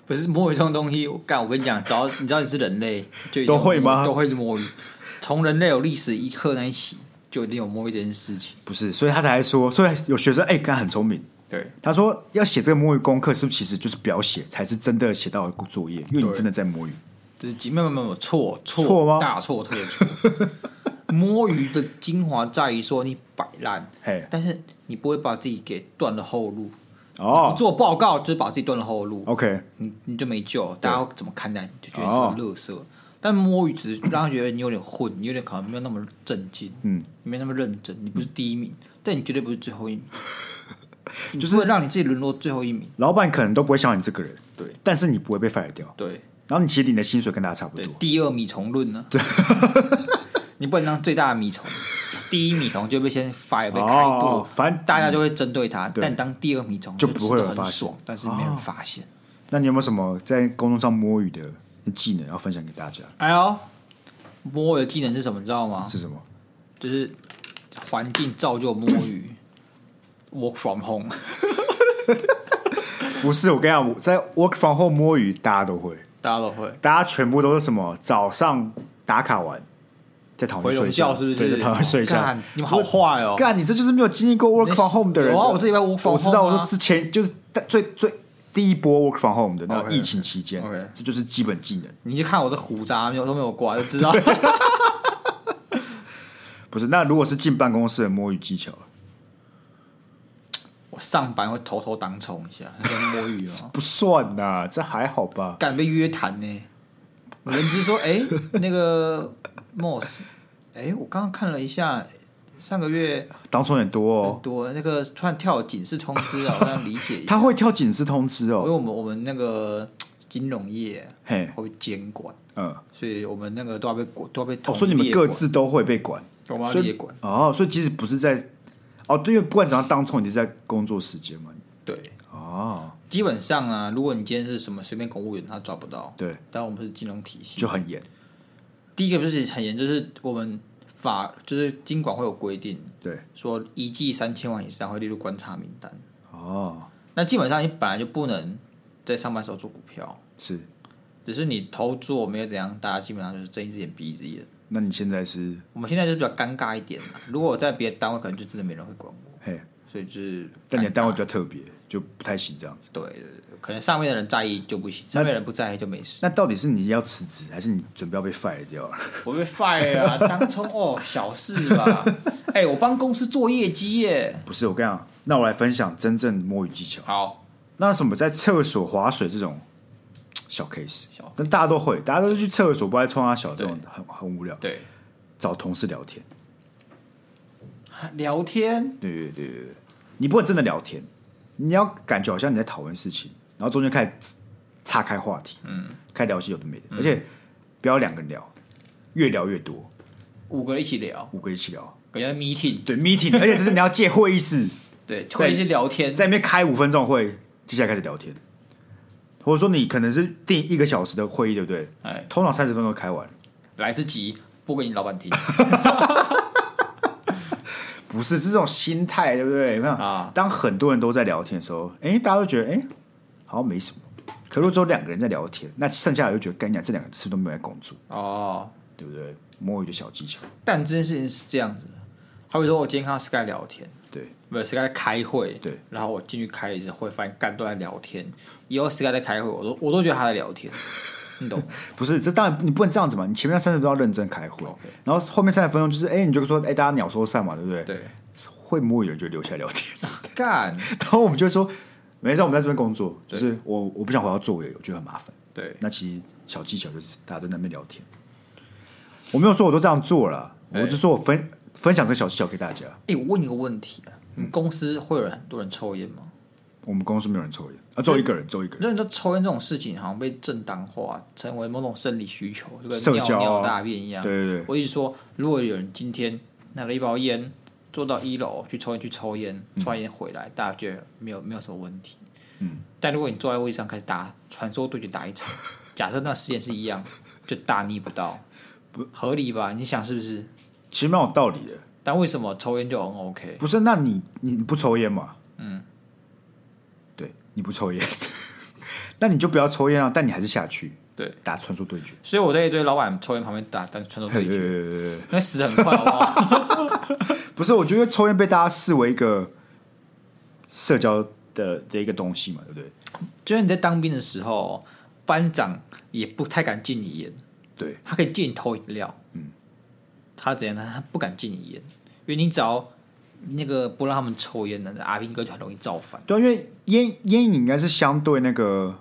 S1: 不是摸鱼这种东西，我干，我跟你讲，只要你知道你是人类，就一定有
S2: 都会吗
S1: 摸鱼都会摸鱼。从人类有历史一刻那一起，就一定有摸鱼这件事情。
S2: 不是，所以他才说，所以有学生哎，他、很聪明，
S1: 对
S2: 他说要写这个摸鱼功课，是不是其实就是不要写，才是真的写到作业，因为你真的在摸鱼。
S1: 这是没有没有没有错错
S2: 错吗
S1: 大错特错。 摸鱼的精华在于说你摆烂，
S2: 嘿，
S1: 但是你不会把自己给断了后路。
S2: 哦
S1: 你做报告就是把自己断了后路，
S2: ，OK，
S1: 你你就没救。大家怎么看待你，就觉得
S2: 哦
S1: 你是个垃圾。但摸鱼只是让他觉得你有点混，你有点可能没有那么震惊，
S2: 嗯，
S1: 没那么认真，你不是第一名，但你绝对不是最后一 名，就是会让你自己沦落最后一名。
S2: 老板可能都不会想你这个人，
S1: 对
S2: 但是你不会被 fire 掉，
S1: 对
S2: 然后你其实领的薪水跟大家差不
S1: 对
S2: 多，，
S1: 第二米虫论呢？对， 你不能当最大的米虫，第一米虫就被先 fire 被开
S2: 哦
S1: 剁
S2: 哦，反正
S1: 大家就会针对他。
S2: 对
S1: 但你当第二米虫
S2: 就
S1: 就
S2: 不
S1: 吃
S2: 会
S1: 得
S2: 有
S1: 很
S2: 人发现哦
S1: 爽，但是没人发现。
S2: 那你有没有什么在工作上摸鱼的技能要分享给大家？
S1: 哎呦，摸鱼的技能是什么？你知道吗？
S2: 是什么？
S1: 就是环境造就摸鱼，work from home。
S2: 不是，我跟你讲，我在 work from home 摸鱼，大家都会，
S1: 大家都会。
S2: 大家全部都是什么早上打卡完，在躺
S1: 回
S2: 睡
S1: 笼
S2: 一
S1: 觉
S2: 觉，
S1: 是不
S2: 对
S1: 是？
S2: 在躺睡睡一觉
S1: 干，你们好坏哦！
S2: 干，你这就是没有经历过 work from home 的人。
S1: 有啊我这礼拜 work from
S2: 我知道，
S1: home 啊
S2: 我说之前就是最最第一波 work from home 的，那
S1: OK，OK，
S2: 疫情期间
S1: 哦 OK，
S2: 这就是基本技能。
S1: 你就看我这胡渣没有都没有刮，就知 道
S2: 不是，那如果是进办公室的摸鱼技巧，
S1: 我上班会偷偷当冲一下，跟摸鱼 哦。
S2: 不算呐，这还好吧？
S1: 敢被约谈呢、人资说：“哎、 那个 Moss，哎、我刚刚看了一下，上个月
S2: 当中很多
S1: 很
S2: 哦，
S1: 多那个突然跳警示通知啊，我想理解一下，
S2: 他会跳警示通知
S1: 因为
S2: 哦。
S1: 我们我们那个金融业
S2: 嘿，
S1: 会监管，
S2: 嗯，
S1: 所以我们那个都要被管，都要被
S2: 哦，
S1: 统
S2: 所以你
S1: 一
S2: 们
S1: 列
S2: 各
S1: 管，
S2: 自都会被管。
S1: 我们要
S2: 所以
S1: 列管，
S2: 哦，所以即使不是在哦，对，因为不管怎样当冲，你是在工作时间嘛。
S1: 对。”
S2: 哦，
S1: 基本上啊，如果你今天是什么随便公务员，他抓不到。
S2: 对，
S1: 但我们是金融体系，
S2: 就很严。
S1: 第一个不是很严，就是我们法就是金管会有规定，
S2: 对，
S1: 说一季三千万以上会列入观察名单。
S2: 哦，
S1: 那基本上你本来就不能在上班时候做股票，
S2: 是。
S1: 只是你偷做没有怎样，大家基本上就是睁一只眼闭一只眼。
S2: 那你现在是
S1: 我们现在就比较尴尬一点了。如果我在别的单位，可能就真的没人会管我，
S2: 嘿，
S1: 所以就是尴尬。
S2: 但你的单位比较特别，就不太行这样子。
S1: 对对对，可能上面的人在意就不行，上面的人不在意就没事。
S2: 那到底是你要辞职，还是你准备要被 fire 掉 了？
S1: 我被 fire 啊，当冲哦，小事 吧。哎、我帮公司做业绩耶。
S2: 不是，我跟你讲，那我来分享真正摸鱼技巧。
S1: 好，
S2: 那什么在厕所划水这种小 case，
S1: 小 case
S2: 但大家都会，大家都是去厕所不爱冲啊小这种很很无聊，
S1: 对，
S2: 找同事聊天。
S1: 聊天
S2: 对对对对对，你不能真的聊天，你要感觉好像你在讨论事情，然后中间开始岔开话题，嗯，开始聊些有的没的，
S1: 嗯
S2: 而且不要两个人聊，越聊越多，
S1: 五个人一起聊，
S2: 五个一起聊。
S1: 感觉在 meeting，
S2: 对 meeting，而且这是你要借会议室，
S1: 对，或者一起聊天，
S2: 在那边开五分钟会，接下来开始聊天，或者说你可能是定一个小时的会议，对不对？
S1: 哎，
S2: 通常三十分钟开完，
S1: 来得及播给你老板 听。
S2: 不是是这种心态，对不对？你看
S1: 啊
S2: 当很多人都在聊天的时候，哎、大家都觉得哎、好像没什么。可如果只有两个人在聊天，那剩下的就觉得干讲这两个人是不是都没有在工作，
S1: 哦，
S2: 对不对？摸鱼的小技巧，
S1: 但这件事情是这样子的，好比说我今天看到 Sky 聊天，
S2: 对，
S1: 没有 Sky 在开会，
S2: 对，
S1: 然后我进去开一次会，发现干都在聊天，以后 Sky 在开会，我都我都觉得他在聊天，你 懂吗？
S2: 不是这当然你不能这样子嘛，你前面三十分钟要认真开会
S1: OK
S2: 然后后面三十分钟就是哎、你就说哎、大家鸟兽散嘛，对不对？
S1: 对，
S2: 会摸鱼的人就留下来聊天，
S1: 干，
S2: 然后我们就会说没事，我们在这边工作，就是我我不想回到座位，我觉得很麻烦。
S1: 对，
S2: 那其实小技巧就是大家都在那边聊天。我没有说我都这样做了，
S1: 哎
S2: 我只说我分、分享这个小技巧给大家。
S1: 哎、我问你个问题啊，
S2: 嗯
S1: 你公司会有很多人抽烟吗？
S2: 我们公司没有人抽烟，啊，只有一个人，只有一个人。
S1: 那你说抽烟这种事情好像被正当化，成为某种生理需求，就跟
S2: 社
S1: 尿
S2: 交啊
S1: 尿大便一样。
S2: 对对对，
S1: 我一直说，如果有人今天拿了一包烟，坐到一楼去抽烟，去抽烟，抽完烟回来，大家觉得没有没有什么问题。
S2: 嗯，
S1: 但如果你坐在位置上开始打传说对决打一场，假设那实验是一样，就大逆不道，合理吧？你想是不是？
S2: 其实蛮有道理的。
S1: 但为什么抽烟就很 OK？
S2: 不是，那你你不抽烟嘛？嗯，对，你不抽烟， 那你就不要抽烟啊。但你还是下去
S1: 对，
S2: 打传说对决。
S1: 所以我在一堆老板抽烟旁边打，但传说对决，
S2: 呃，
S1: 那死得很快好不好？
S2: 不是，我觉得抽烟被大家视为一个社交的的一个东西嘛，对不对？
S1: 就是你在当兵的时候，班长也不太敢禁你烟，
S2: 对，
S1: 他可以借你偷饮料，嗯，他怎样呢？他不敢禁你烟，因为你只要那个不让他们抽烟的，阿兵哥就很容易造反。
S2: 对啊，因为烟烟瘾应该是相对那个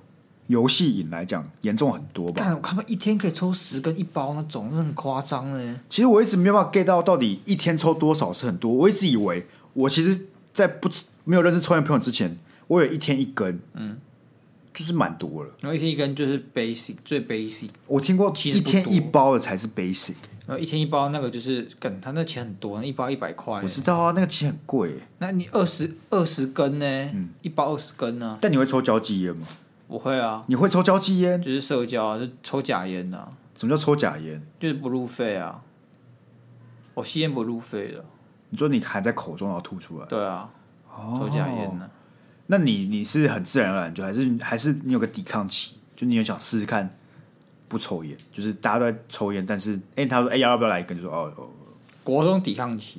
S2: 游戏瘾来讲严重很多吧。
S1: 干，我看他们一天可以抽十根一包那种，那很夸张呢。
S2: 其实我一直没有办法 get 到到底一天抽多少是很多。我一直以为我其实，在不没有认识抽烟的朋友之前，我有一天一根，嗯，就是蛮多了。
S1: 然后一天一根就是 basic 最 basic，
S2: 我听过
S1: 其实
S2: 一
S1: 不
S2: 天
S1: 多
S2: 一包的才是 basic，
S1: 然后一天一包那个就是，干他那钱很多，一包一百块
S2: 我。知道啊，那个其实很贵。
S1: 那你二十二十根呢？一包二十根呢、
S2: 但你会抽交际烟吗？
S1: 我会啊，
S2: 你会抽交际烟？
S1: 就是社交啊，就抽假烟呐、啊。
S2: 什么叫抽假烟？
S1: 就是不入肺啊。我吸烟不入肺的，
S2: 你说你含在口中然后吐出来，
S1: 哦对啊，抽假烟呢、
S2: 那你你是很自然而然就还是还是你有个抵抗期，就你有想试试看不抽烟，就是大家都在抽烟，但是哎、他说哎、要不要来一根，就说哦哦
S1: 国中抵抗期，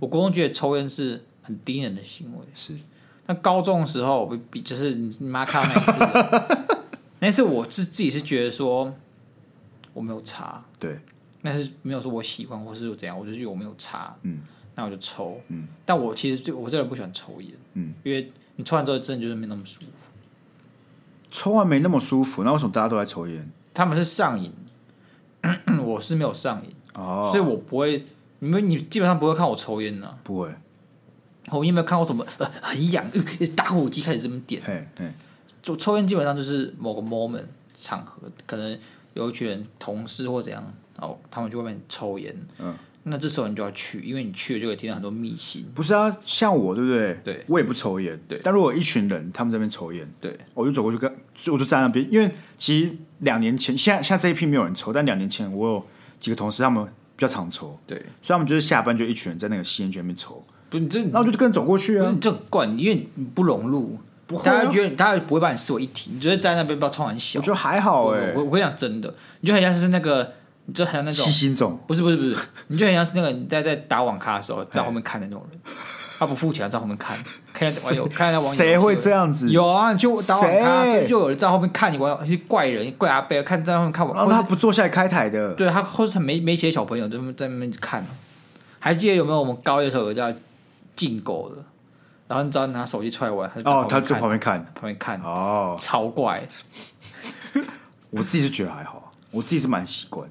S1: 我国中觉得抽烟是很低能的行为。
S2: 嗯是，
S1: 但高中的时候，我比就是你你妈看到那一次， 那次我自自己是觉得说我没有差，
S2: 对，
S1: 但是没有说我喜欢或是怎样，我就觉得我没有差，
S2: 嗯，
S1: 那我就抽，嗯，但我其实就我这个人不喜欢抽烟，
S2: 嗯，
S1: 因为你抽完之后真的就是没那么舒服，
S2: 抽完没那么舒服，那为什么大家都在抽烟？
S1: 他们是上瘾， 我是没有上瘾，
S2: 哦，
S1: 所以我不会，你们你基本上不会看我抽烟的、啊
S2: 不会，
S1: 我有没有看过什么 呃很痒，呃打火机开始这么点？
S2: 嘿，嘿，
S1: 就抽烟基本上就是某个 moment 场合，可能有一群人同事或怎样，哦，他们去外面抽烟，
S2: 嗯，
S1: 那这时候你就要去，因为你去了就可以听到很多秘辛，
S2: 不是啊，像我对不对？
S1: 对，
S2: 我也不抽烟，
S1: 对
S2: 但如果有一群人他们在那边抽烟，
S1: 对，
S2: 我就走过去跟，就我就站那边，因为其实两年前，现在现在这一批没有人抽，但两年前我有几个同事他们比较常抽，
S1: 对，
S2: 所以他们就是下班就一群人在那个吸烟区那边抽，
S1: 不是你这
S2: 然后我就跟着走过去
S1: 不是
S2: 啊，
S1: 你这很怪，因为你不融入，
S2: 不会
S1: 大
S2: 啊
S1: 家觉得大家不会把你视为一体，你只是在那边不知道冲很小
S2: 我，觉得还好
S1: 我
S2: 哎、
S1: 我我跟你讲真的，你就很像是那个，你就很像那种
S2: 七，星种
S1: 不是不是不 是，你就很像是那个你在在打网咖的
S2: 哎
S1: 时候在后面看的那种人，他不付钱在后面 看，看见网友看见网友
S2: 谁会这
S1: 样？
S2: 样子？
S1: 有啊，就打网咖，
S2: 谁
S1: 就就有人在后面看你玩，一些怪人、怪阿贝看在后面看我，
S2: 然后
S1: 或
S2: 哦他
S1: 者
S2: 不坐下来开台的，
S1: 对他或是很没没钱的小朋友在那边在那边看。还记得有没有我们高一的时候有叫禁狗的，然后你只要拿手机出来玩，他就在
S2: 哦，
S1: 旁
S2: 他
S1: 边
S2: 就旁边看，
S1: 看旁边看，
S2: 哦，
S1: 超怪。
S2: 我自己是觉得还好，我自己是蛮习惯，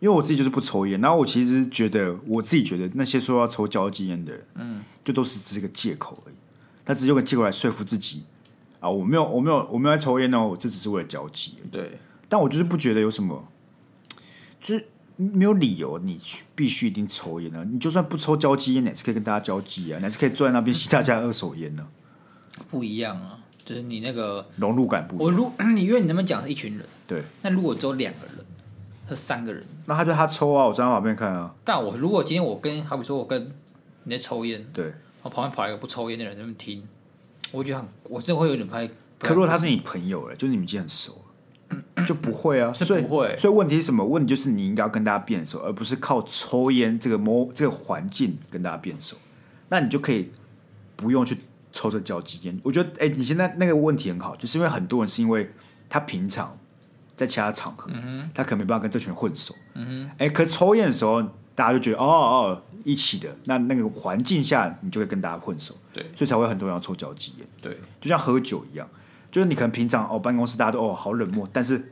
S2: 因为我自己就是不抽烟。然后我其实觉得，我自己觉得那些说要抽交际烟的人，嗯，就都是只是个借口而已。他只是用个借口来说服自己啊，我没有，我没有，我没有在抽烟哦，我这只是为了交际而已。
S1: 对，
S2: 但我就是不觉得有什么，就是没有理由你去必须一定抽烟啊。你就算不抽交际烟，你还是可以跟大家交际啊，你还是可以坐在那边吸大家的二手烟呢、
S1: 不一样啊，就是你那个
S2: 融入感不一
S1: 我
S2: 样。
S1: 如 你因为你那边讲是一群人，
S2: 对，
S1: 那如果只有两个人和三个人，
S2: 那他就他抽啊，我站在旁边看啊，
S1: 但我如果今天我跟好比说我跟你在抽烟，
S2: 对。
S1: 我旁边跑来一个不抽烟的人在那边听，我觉得很我真的会有点不太。
S2: 可如果他是你朋友了，就是你们已经很熟 了，就不会啊，
S1: 是
S2: 所以
S1: 不会
S2: 所以问题是什么？问题就是你应该要跟大家变熟，而不是靠抽烟这个摸这个环境跟大家变熟。那你就可以不用去抽这交际烟。我觉得，哎、你现在那个问题很好，就是因为很多人是因为他平常在其他场合，
S1: 嗯
S2: 他可能没办法跟这群人混熟。嗯哎、可是抽烟的时候，大家就觉得哦哦一起的，那那个环境下你就会跟大家混熟，
S1: 对，
S2: 所以才会很多人要抽交际烟。
S1: 对，
S2: 就像喝酒一样，就是你可能平常哦办公室大家都哦好冷漠，但是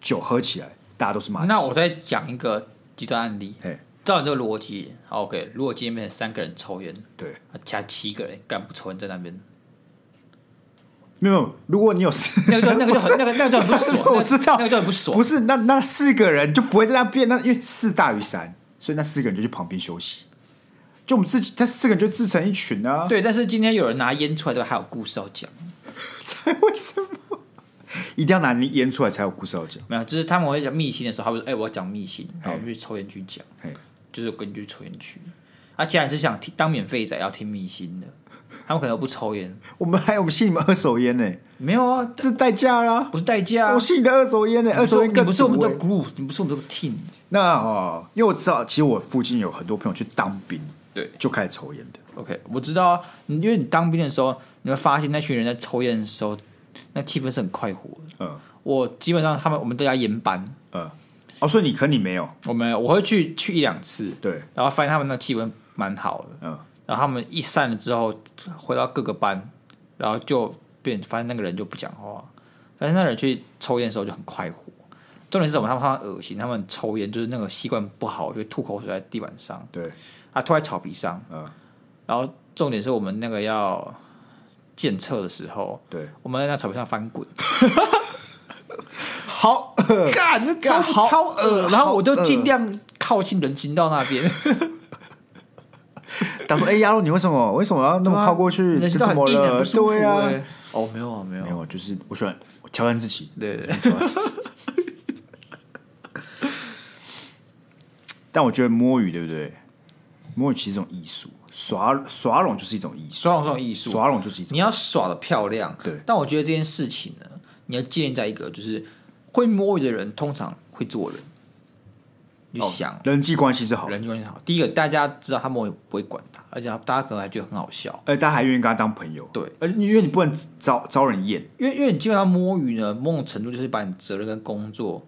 S2: 酒喝起来大家都是骂。
S1: 那我再讲一个极端案例，
S2: 嘿，
S1: 照你这个逻辑好，OK，如果今天变成三个人抽烟，
S2: 对，
S1: 啊其他七个人干不抽烟在那 边，
S2: 没有没有，如果你有四，
S1: 那个就那个就很那个 那个就很不爽，
S2: 我知道
S1: 那个那个就很不
S2: 不
S1: 爽，
S2: 是那那四个人就不会在那边，那因为四大于三，所以那四个人就去旁边休息。就我们自己，他四个人就自成一群啊。
S1: 对。但是今天有人拿烟出来，对吧，还有故事要讲，
S2: 对，为什么一定要拿你烟出来才有故事要讲？
S1: 没有，就是他们会讲密信的时候，他们说：“哎、我要讲密信。”然后我们去抽烟区讲
S2: 嘿，
S1: 就是根据抽烟区。啊，既然是想听当免费仔，要听密信的，他们可能不抽烟，
S2: 我们还有我们吸你们二手烟呢、
S1: 没有啊，
S2: 这代价啦、
S1: 不是代驾、啊
S2: 我。吸你的二手烟呢、
S1: 你
S2: 二
S1: 不是
S2: 手
S1: 我
S2: 烟
S1: 你
S2: 更
S1: 不是我们
S2: 毒
S1: 这
S2: 欸
S1: 个 group，你不是我们这个 team，
S2: 那哦，因为我知道，其实我附近有很多朋友去当兵，
S1: 对
S2: 就开始抽烟的。
S1: OK，我知道啊，你因为你当兵的时候，你会发现那群人在抽烟的时候，那气氛是很快活的。
S2: 嗯
S1: 我基本上他们我们都要研班，
S2: 嗯，哦，所以你可你没有，
S1: 我们我会去去一两次，
S2: 对，
S1: 然后发现他们那气氛蛮好的。
S2: 嗯，
S1: 然后他们一散了之后，回到各个班，然后就变发现那个人就不讲话，但是那个人去抽烟的时候就很快活。重点是什么？他们他们恶心，他们抽烟就是那个习惯不好，就会吐口水在地板上，
S2: 对，
S1: 啊，吐在草皮上。
S2: 嗯，
S1: 然后重点是我们那个要检测的时候，
S2: 对，
S1: 我们在那草皮上翻滚，
S2: 好，
S1: 干，那超
S2: 呃干好
S1: 超恶。
S2: 恶
S1: 然后我就
S2: 好恶
S1: 尽量靠近人行道那 边，
S2: 他说：“哎，鸭肉，你为什么为什么要那么靠过去？
S1: 人
S2: 这
S1: 行道
S2: 怎
S1: 很
S2: 么
S1: 硬，很
S2: 了？
S1: 不舒服、
S2: 对啊，
S1: 欸。哦，没有啊，没有
S2: 没，有，就是我喜欢我挑战自己。
S1: 对对对。
S2: 但我觉得摸鱼，对不对？摸鱼其实是一种艺术，耍耍拢就是一种艺术，
S1: 耍拢是种艺术，
S2: 耍拢就是一种
S1: 你要耍的漂亮。
S2: 对
S1: 但我觉得这件事情呢，你要建立在一个就是会摸鱼的人通常会做人。你就想、
S2: 哦人际关系是好的，
S1: 人际关系好，第一个大家知道他摸鱼不会管他，而且大家可能还觉得很好笑，
S2: 而且大家还愿意跟他当朋友。
S1: 对，
S2: 而且因为你不能招招人厌，
S1: 因为因为你基本上摸鱼呢，某种程度就是把你责任跟工作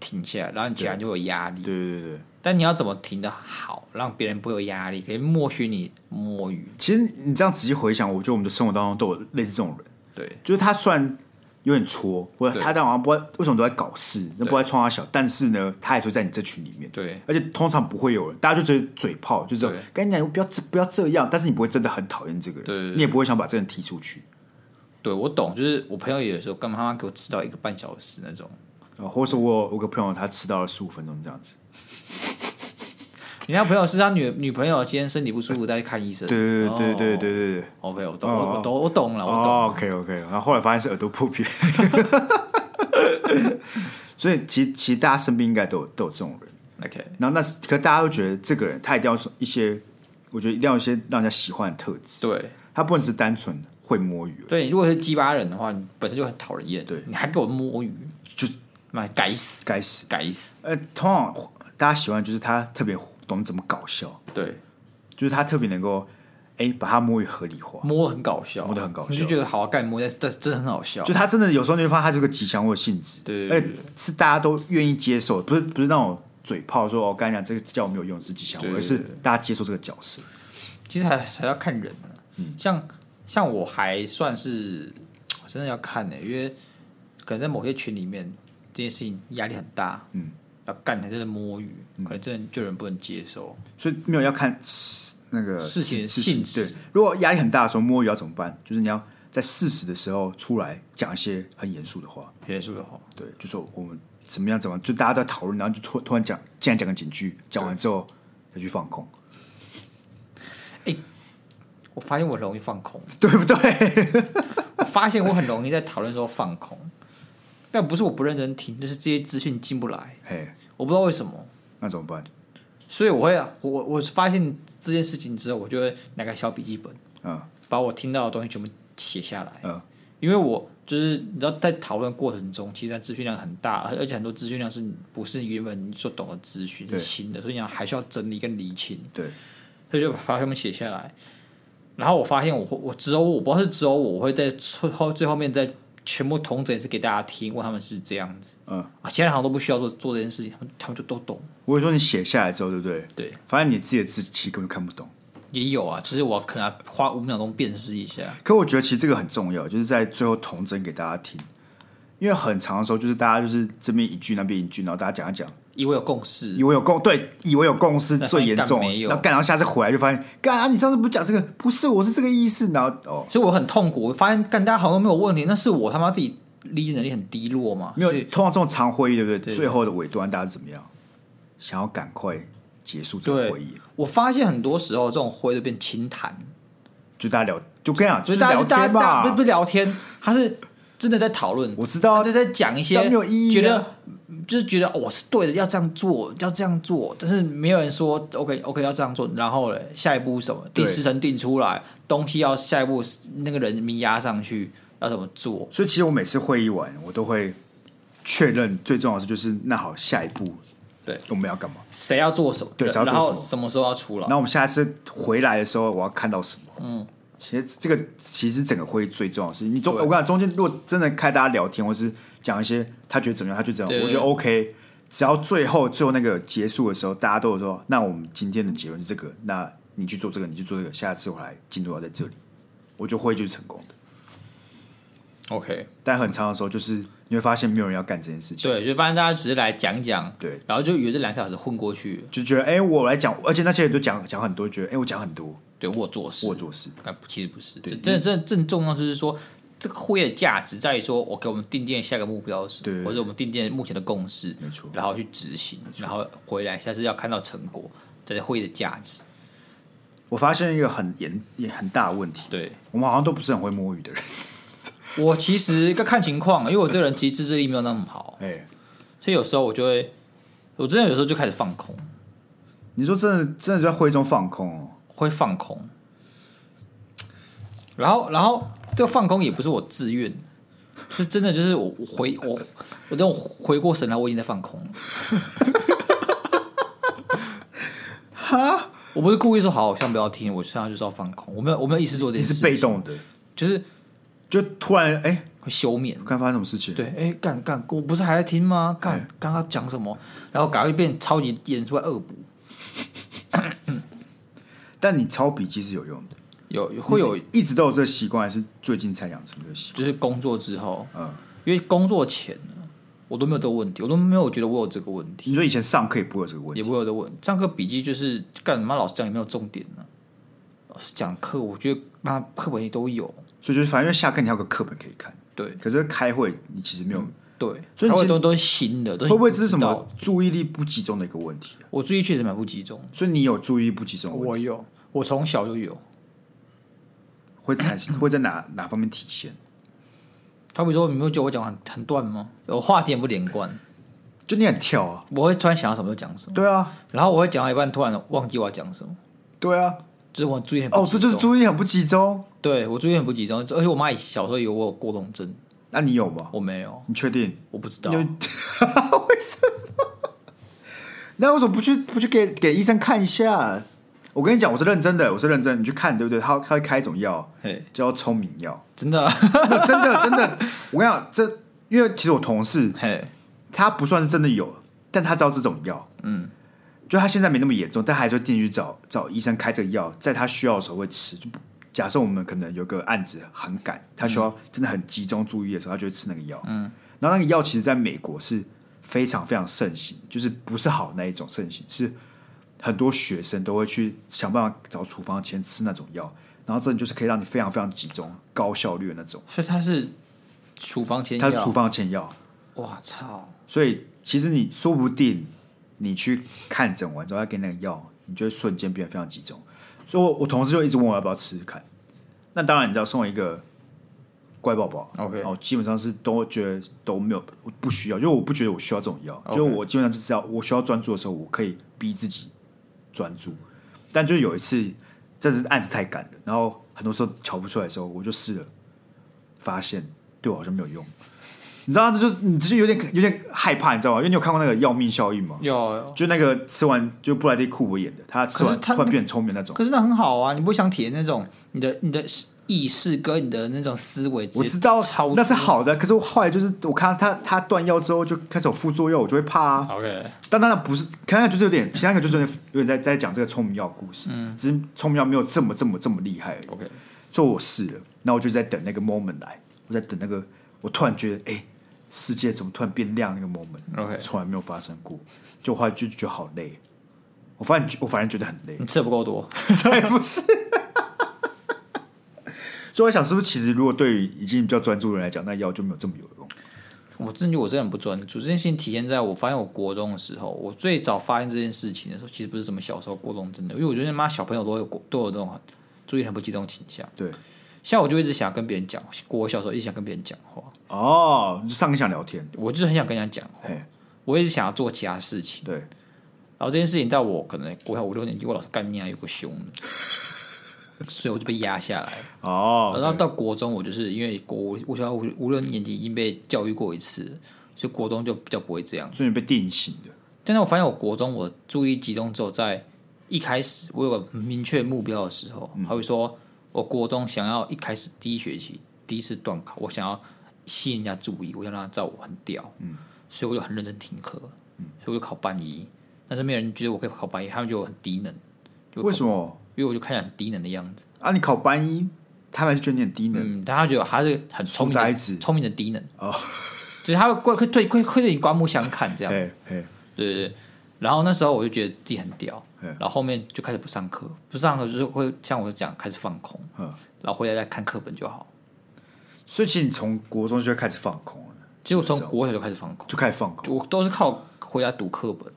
S1: 停下来，然后你起来就会有压力
S2: 对。对对对。
S1: 但你要怎么停的好，让别人不会有压力，可以默许你摸鱼。
S2: 其实你这样仔细回想，我觉得我们的生活当中都有类似这种人，
S1: 对
S2: 就是他虽然有点挫，或者
S1: 对
S2: 他当然不知道为什么都在搞事，那不在创他小，但是呢，他还是会在你这群里面。
S1: 对
S2: 而且通常不会有人，大家就觉得嘴炮，就是
S1: 对
S2: 跟你讲不要这不要这样，但是你不会真的很讨厌这个人，
S1: 对对对
S2: 你也不会想把这个人踢出去，
S1: 对，我懂，就是我朋友有时候干嘛他妈给我迟到一个半小时那种，
S2: 啊，或者是我有我有个朋友他迟到了十五分钟这样子，
S1: 人家朋友是他女女朋友今天身体不舒服，带去看医生。
S2: 对对对对对
S1: 对。
S2: 对对
S1: OK，我懂，
S2: 哦
S1: 我我懂，我懂了，我懂。
S2: 哦、OK OK，然后后来发现是耳朵破皮，所以其实其实大家身边应该都有都有这种人，
S1: OK，
S2: 然后那是可大家都觉得这个人他一定要说一些，我觉得一定要有一些让人家喜欢的特质，
S1: 对
S2: 他不能只是单纯会摸鱼而已，
S1: 对，如果是鸡巴人的话，你本身就很讨人厌，
S2: 对
S1: 你还给我摸鱼，
S2: 就
S1: 妈该死，
S2: 该死。
S1: 该死。
S2: 呃，通常大家喜欢就是他特别懂怎么搞笑，
S1: 对，
S2: 就是他特别能够哎把他摸鱼合理化，
S1: 摸得很搞笑，啊
S2: 摸得很搞笑
S1: 你就觉得好干摸，但但真的很好笑
S2: 就。他真的有时候你会发现他是个吉祥物的性质，
S1: 对对
S2: 哎
S1: 对对，
S2: 是大家都愿意接受，不是不是那种嘴炮说哦，跟你讲这个叫我没有用是吉祥
S1: 对
S2: 物，
S1: 对
S2: 而是大家接受这个角色，
S1: 其实还还要看人呢、
S2: 嗯
S1: 像像我还算是真的要看欸呢、因为可能在某些群里面这件事情压力很大，
S2: 嗯，
S1: 要干才真的摸鱼，可能真的就有人不能接受。
S2: 所以没有要看那个
S1: 事情的性质
S2: 对，如果压力很大的时候摸鱼要怎么办？就是你要在适时的时候出来讲一些很严肃的话，
S1: 结束的话，
S2: 对，就说我们怎么样怎么样，就大家都在讨论，然后就突突然讲，竟然讲个几句，讲完之后再去放空，
S1: 我发现我容易放空，
S2: 对不对？
S1: 我发现我很容易在讨论时候放空，但不是我不认真听，就是这些资讯进不来，
S2: 嘿，
S1: 我不知道为什么。
S2: 那怎么办？
S1: 所以我会，我我我发现这件事情之后，我就会拿个小笔记本，
S2: 嗯
S1: 把我听到的东西全部写下来。
S2: 嗯，
S1: 因为我就是你知道，在讨论过程中，其实它资讯量很大，而而且很多资讯量是你不是原本你所懂的资讯，
S2: 对
S1: 是新的，所以你要还需要整理跟理清，
S2: 对，
S1: 所以就把它全部写下来。然后我发现我会，我只有我我不知道是只有我，我会在最后最后面再全部统整一次给大家听，问他们是不是这样子
S2: 嗯，
S1: 啊，其他人好像都不需要做做这件事情，他们他们就都懂。
S2: 我会说你写下来之后，对不对？
S1: 对，
S2: 发现你自己的字其实根本看不懂。
S1: 也有啊，只是我可能花五秒钟辨识一下。
S2: 可我觉得其实这个很重要，就是在最后童真给大家听，因为很长的时候就是大家就是这边一句那边一句，然后大家讲一讲，
S1: 因为有共识
S2: 以，为有共对，以为有共识
S1: 那
S2: 最严重
S1: 发现干没，有
S2: 然后干，然后下次回来就发现，干啊，你上次不是讲这个，不是，我是这个意思，然后哦，
S1: 所以我很痛苦。我发现干大家好像没有问题，那是我他妈自己理解能力很低落嘛？
S2: 没有
S1: 所以，
S2: 通常这种长会议，对不对？
S1: 对
S2: 最后的尾端大家怎么样？想要赶快结束这个会议，
S1: 我发现很多时候这种会都变清谈，
S2: 就大家聊，就跟你讲，
S1: 所
S2: 就
S1: 以
S2: 是
S1: 大家
S2: 聊
S1: 大
S2: 天
S1: 家大家
S2: 吧
S1: 不。是聊天，他是真的在讨论，
S2: 我知道啊
S1: 他就在讲一些
S2: 但没有意义啊
S1: 觉得就是觉得哦我是对的，要这样做，要这样做，但是没有人说 OK OK 要这样做，然后嘞下一步是什么？
S2: 对
S1: 第十层定出来，东西要下一步那个人名压上去要怎么做？
S2: 所以其实我每次会议完，我都会确认最重要的是，就是那好，下一步
S1: 对
S2: 我们要干嘛？
S1: 谁要做什么？
S2: 对谁要做
S1: 然后
S2: 什么
S1: 什么时候要出来
S2: 那？我们下次回来的时候，我要看到什么？嗯，其实这个其实整个会议最重要的是，你中我
S1: 对
S2: 跟你讲，中间如果真的开大家聊天，或是讲一些他觉得怎么样，他觉得怎么样，
S1: 对
S2: 我觉得 OK。只要最后最后那个结束的时候，大家都有说，那我们今天的结论是这个，那你去做这个，你去做这个，下次我来进度要在这里，我觉得会议就是成功的。
S1: OK，
S2: 但很长的时候，就是你会发现没有人要干这件事情，
S1: 对，就发现大家只是来讲讲，
S2: 对，
S1: 然后就有这两个小时混过去，
S2: 就觉得哎、我来讲，而且那些人都讲讲很多，觉得哎、我讲很多，
S1: 对我有做事，
S2: 我做事，
S1: 但其实不是，这
S2: 对
S1: 真的真的正重要就是说，这个会议的价值在于说，我给我们定定下一个目标是什么，
S2: 对
S1: 或者我们定定目前的共识，
S2: 没错
S1: 然后去执行，然后回来下次要看到成果，这是会议的价值。
S2: 我发现一个很严也很大的问题，
S1: 对
S2: 我们好像都不是很会摸鱼的人。
S1: 我其实要看情况，因为我这个人其实自制力没有那么好，
S2: 哎、
S1: 所以有时候我就会，我真的有时候就开始放空。
S2: 你说真的，真的在会中放空哦，
S1: 会放空，然后然后这个放空也不是我自愿，是真的就是我我回我我这种回过神来，我已经在放空了。
S2: 哈，
S1: 我不是故意说好，好像不要听，我现在就是要放空，我没有我没有意识做这
S2: 你
S1: 件
S2: 是
S1: 事，
S2: 被动的，
S1: 就是
S2: 就突然哎，
S1: 会休眠。
S2: 看发生什么事情？，
S1: 对，哎，干干，我不是还在听吗？干
S2: 哎，
S1: 刚刚讲什么？然后赶快变超级演出来恶补，
S2: 但你抄笔记是有用的，
S1: 有会有
S2: 你是一直都有这个习惯，还是最近才养成这个习
S1: 就是工作之后，
S2: 惯？嗯，
S1: 因为工作前呢，我都没有这个问题，我都没有觉得我有这个问题，
S2: 你说以前上课也不会有这个问
S1: 也
S2: 题，
S1: 不会有这个问题。上课笔记就是干嘛？老师讲也没有重点呢、老师讲课，我觉得那课本里都有，
S2: 所以就是反正下课你还有个课本可以看，
S1: 对
S2: 可是开会你其实没有，
S1: 对，
S2: 所以你
S1: 它
S2: 其
S1: 会
S2: 实
S1: 都都是新的，都
S2: 会
S1: 是
S2: 不会
S1: 你
S2: 这是什
S1: 知道
S2: 么注意力不集中的一个问题啊？
S1: 的？我注意力确实蛮不集中，
S2: 所以你有注意力不集中的问题，
S1: 我有，我从小就有。
S2: 会产生会在哪哪方面体现？
S1: 他比如说，你没有觉得我讲话很很断吗？我话题也不连贯，
S2: 就你很跳啊，
S1: 我会突然想到什么就讲什么，
S2: 对啊，
S1: 然后我会讲到一半突然忘记我要讲什么，
S2: 对啊，
S1: 就是我注意力很不
S2: 哦，
S1: 集
S2: 这就是
S1: 中
S2: 注意力很不集中。
S1: 对我注意力很不集中，而且我妈以前小时候以为我有过动症，
S2: 那你有吗？
S1: 我没有，
S2: 你确定？
S1: 我不知道
S2: 你有？。为什么？那为什么不去不去给给医生看一下？我跟你讲，我是认真的，我是认真的。你去看，对不对？他他会开一种药
S1: 嘿，
S2: 叫聪明药，
S1: 真的啊，
S2: 真的真的。我跟你讲，这因为其实我同事
S1: 嘿，
S2: 他不算是真的有，但他知道这种药，
S1: 嗯，
S2: 就他现在没那么严重，但还是会定期去找找医生开这个药，在他需要的时候会吃。就不假设我们可能有个案子很赶，他需要真的很集中注意的时候，他就会吃那个药。嗯，然后那个药其实在美国是非常非常盛行，就是不是好那一种盛行，是很多学生都会去想办法找处方前吃那种药，然后这就是可以让你非常非常集中、高效率的那种。
S1: 所以她是处方前
S2: 它
S1: 药，
S2: 是处方前药，
S1: 哇操，
S2: 所以其实你说不定你去看诊完之后，他给你那个药，你就会瞬间变得非常集中。所以我，我同事就一直问我要不要吃吃看。那当然，你知道，送我一个乖宝宝
S1: OK
S2: 我基本上是都觉得都没有我不需要，因为我不觉得我需要这种药
S1: OK
S2: 就我基本上就知道我需要专注的时候，我可以逼自己专注。但就有一次，真的是案子太赶了，然后很多时候瞧不出来的时候，我就试了，发现对我好像没有用。你知道，这就是你就是有点有点害怕，你知道吗？因为你有看过那个《要命效应》吗？
S1: 有，
S2: 就那个吃完就布莱迪库珀演的，他吃
S1: 可
S2: 完
S1: 是他
S2: 突然变很聪明那种。
S1: 可是那很好啊，你不想体验那种你的你的意识跟你的那种思维，
S2: 我知道
S1: 超
S2: 那是好的，可是我后来就是我看到他他断药之后就开始有副作用，我就会怕啊。
S1: ，OK，
S2: 但当然不是，看看就是有点，其他个就是有点有点在在讲这个聪明药故事，只是聪明药没有这么这么这么厉害而已。
S1: OK，
S2: 所以我试了，那我就在等那个 moment 来，我在等那个，我突然觉得，哎、世界怎么突然变亮那个 moment？
S1: OK
S2: 从来没有发生过，就后来就觉得好累，我发现我反正觉得很累
S1: 你，吃的不够多，
S2: 才不是。所以我想，是不是其实如果对于已经比较专注的人来讲，那药就没有这么有用？
S1: 我真的觉得我真的很不专注。这件事情体现在我发现我国中的时候，我最早发现这件事情的时候，其实不是什么小时候过动症的，因为我觉得妈小朋友都有过都有这种很注意力很不集中倾向。
S2: 对，
S1: 像我就一直想跟别人讲，我小时候一直想跟别人讲话，
S2: 哦，你就上课想聊天，
S1: 我就是很想跟人家讲话，
S2: 嘿，
S1: 我一直想要做其他事情。
S2: 对，
S1: 然后这件事情在我可能国小五六年级，我老师干你啊，有个凶的，所以我就被压下来了。
S2: 哦，
S1: 然后到国中，我就是因为国我小五五六年级已经被教育过一次了，所以国中就比较不会这样。
S2: 所以你被定型的，
S1: 但是我发现我国中我注意集中只有在一开始我有个很明确目标的时候，
S2: 嗯
S1: 好比说我国中想要一开始第一学期第一次段考，我想要吸引人家注意，我想让他知道我很屌，嗯，所以我就很认真听课，嗯，所以我就考班一，但是没有人觉得我可以考班一，他们觉得我很低能，就
S2: 为什么？
S1: 因为我就看起来很低能的样子，
S2: 啊，你考班一，他们还是觉得你很低能。
S1: 嗯，但他觉得我还是很聪明
S2: 书呆
S1: 的
S2: 子
S1: 聪明的低能，
S2: 哦，
S1: 所以他会会对会会对你刮目相看这样，
S2: 嘿嘿，
S1: 对对对。然后那时候我就觉得自己很屌，
S2: 嗯
S1: 然后后面就开始不上课，不上课就是会像我讲开始放空，
S2: 嗯
S1: 然后回来再看课本就好。
S2: 所以其实你从国中就开始放空了，
S1: 结果从国小就开始放空，
S2: 就开始放空。
S1: 就我都是靠回家读课本。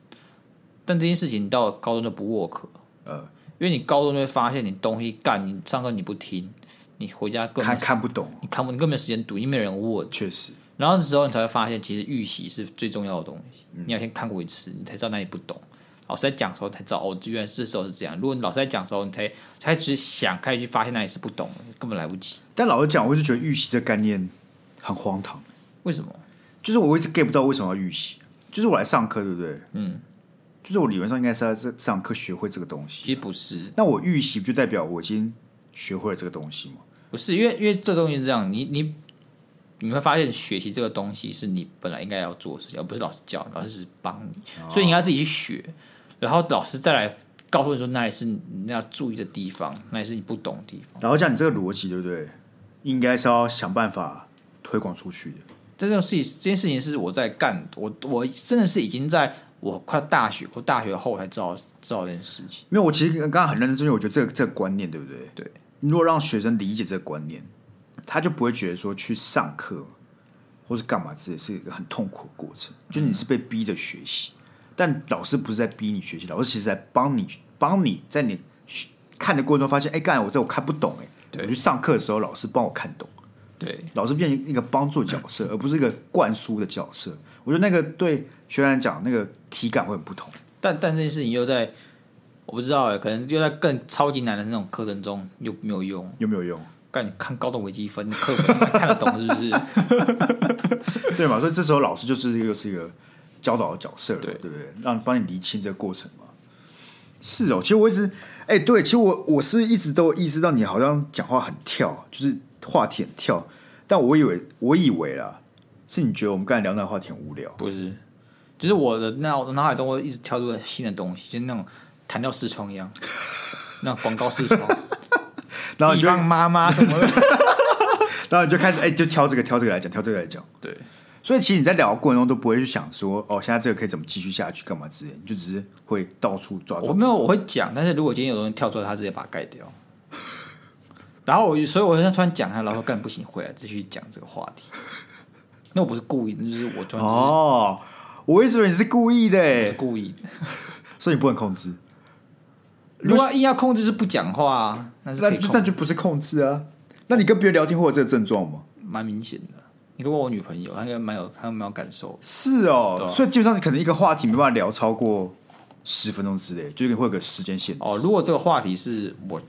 S1: 但这件事情到高中就不 work，了
S2: 呃，
S1: 因为你高中就会发现你东西干，你上课你不听，你回家根本
S2: 看看不懂，
S1: 你看不你根本没时间读，因为没有人问。
S2: 确实，
S1: 然后嗯这时候你才会发现，其实预习是最重要的东西。你要先看过一次，你才知道哪里不懂，老师在讲的时候才知道，哦，原来是时候是这样。如果你老师在讲的时候，你才才只想开始去发现那里是不懂的，根本来不及。
S2: 但老实讲，我一直觉得预习这概念很荒唐，
S1: 为什么？
S2: 就是我一直 get 不到为什么要预习。就是我来上课，对不对？嗯，就是我理论上应该是要在上课学会这个东西。
S1: 其实不是，
S2: 那我预习不就代表我已经学会了这个东西吗？
S1: 不是，因为因为这东西是这样，你你你会发现学习这个东西是你本来应该要做的事情，而不是老师教，老师只是帮你，所以你要自己去学，然后老师再来告诉你说哪里是你要注意的地方，哪里是你不懂的地方。
S2: 然后讲你这个逻辑，对不对？应该是要想办法推广出去的。
S1: 这种事情，这件事情是我在干，我我真的是已经在我快大学或大学后才知道知道这件事情。
S2: 因为我其实刚刚很认真，是因为我觉得这个这个观念，对不对？
S1: 对，
S2: 你如果让学生理解这个观念，他就不会觉得说去上课或是干嘛之类是一个很痛苦的过程，就你是被逼着学习，但老师不是在逼你学习，老师其实在帮你帮你在你学看的过程中发现，哎、干我这我看不懂、哎，
S1: 对
S2: 我去上课的时候，老师帮我看懂。
S1: 对，
S2: 老师变成一个帮助角色，而不是一个灌输的角色。我觉得那个对学员讲，那个体感会很不同。
S1: 但但这件事情又在我不知道欸，可能又在更超级难的那种课程中又没有用。
S2: 有没有用？
S1: 干你看高等微积分课本看得懂是不 是？
S2: 对嘛？所以这时候老师就是又是一个教导的角色了，
S1: 对
S2: 对不对？让帮你厘清这个过程嘛。是哦，其实我一直，哎、对，其实我我是一直都有意识到你好像讲话很跳，就是话题很跳，但我以为我以为啦，是你觉得我们刚才聊那个话题很无聊，
S1: 不是，就是我的脑脑海中会一直跳出新的东西，就是那种弹跳视窗一 样，那种广告视窗，
S2: 然后你
S1: 地
S2: 就
S1: 方妈妈什么 的。
S2: 然后你就开始哎、就挑这个挑这个来讲，挑这个来讲。
S1: 对，
S2: 所以其实你在聊的过程中都不会去想说，哦，现在这个可以怎么继续下去，干嘛之类的，你就只是会到处抓
S1: 我
S2: 抓。
S1: 没有我会讲，但是如果今天有东西跳出来，他直接把它盖掉。 然后我，所以我现在突然讲他，然后干不行，回来继续讲这个话题。那我不是故意，就是我突然就是
S2: 哦，我一直以为你是故意的
S1: 不是
S2: 欸，
S1: 故意的。
S2: 所以你不能控制，
S1: 如果硬要控制是不讲话啊，那是
S2: 那
S1: 可以
S2: 就
S1: 控
S2: 那
S1: 制，
S2: 就不是控制啊。那你跟别人聊天会有这个症状吗？
S1: 蛮明显的。你可以问我女朋友，她应该蛮有，她蛮有感受的。
S2: 是
S1: 对啊
S2: 哦，所以基本上你可能一个话题没办法聊超过十分钟之类，就是会有个时间限制，
S1: 哦，如果这个话题是我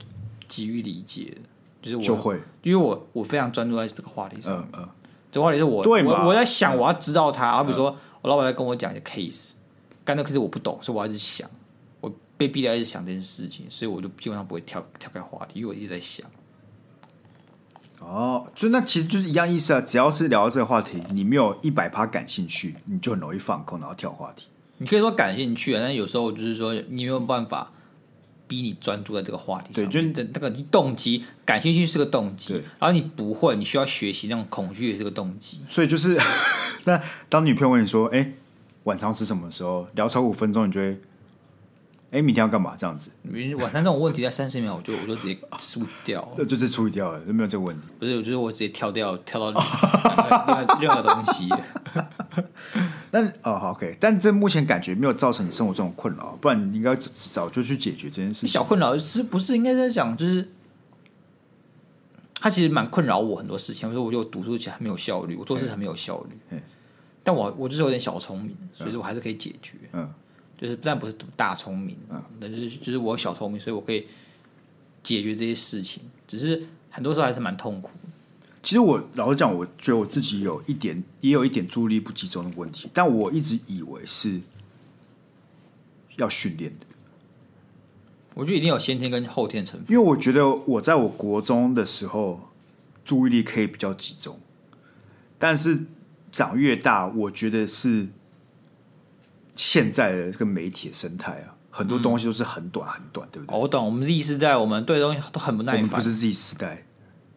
S1: 急于理解的，就是我
S2: 就，会，
S1: 因为我我非常专注在这个话题上。
S2: 嗯嗯，
S1: 这个话题是我
S2: 对嘛嗯
S1: 我我在想我要知道它，好比说我老板在跟我讲一个 case，干那个 case 我不懂，所以我要一直想，我被逼的一直想这件事情，所以我就基本上不会跳跳开话题，因为我一直在想。
S2: 哦，就那其实就是一样意思啊，只要是聊到这个话题，你没有一百趴感兴趣，你就很容易放空，然后跳话题。
S1: 你可以说感兴趣啊，但有时候就是说你没有办法逼你专注在这个话题上
S2: 对
S1: 面。
S2: 就是
S1: 这那个你动机，感兴趣是个动机
S2: 对，
S1: 然后你不会，你需要学习那种恐惧也是个动机。
S2: 所以就是， 那当女朋友问你说：“哎、晚上吃什么？”的时候，聊超过五分钟，你就会，哎、明天要干嘛？这样子，
S1: 你晚上这种问题在三十秒，我就我就直接输 掉，
S2: 那就是处理掉了，就没有这个问题。
S1: 不是，就是我直接跳掉，跳到 任何任何东西。
S2: 但哦，好，OK，但这目前感觉没有造成你生活中的困扰，不然你应该早早就去解决这件事情。
S1: 小困扰是不是应该在讲，就是他其实蛮困扰我很多事情。比如说，我就读书起来很没有效率，我做事很没有效率
S2: 嗯。
S1: 但我我就是有点小聪明，所以说我还是可以解决。
S2: 嗯，
S1: 就是但不是大聪明，但是就是我有小聪明，所以我可以解决这些事情。只是很多时候还是蛮痛苦的。
S2: 其实我老实讲，我觉得我自己有一点，也有一点注意力不集中的问题，但我一直以为是要训练的。
S1: 我觉得一定有先天跟后天成分。
S2: 因为我觉得我在我国中的时候注意力可以比较集中，但是长越大，我觉得是现在的这个媒体的生态啊，很多东西都是很短很短，对不对？
S1: 哦，我懂，我们 Z 世代，我们对东西都很不
S2: 我
S1: 耐
S2: 们
S1: 烦
S2: 不。是 Z 时代，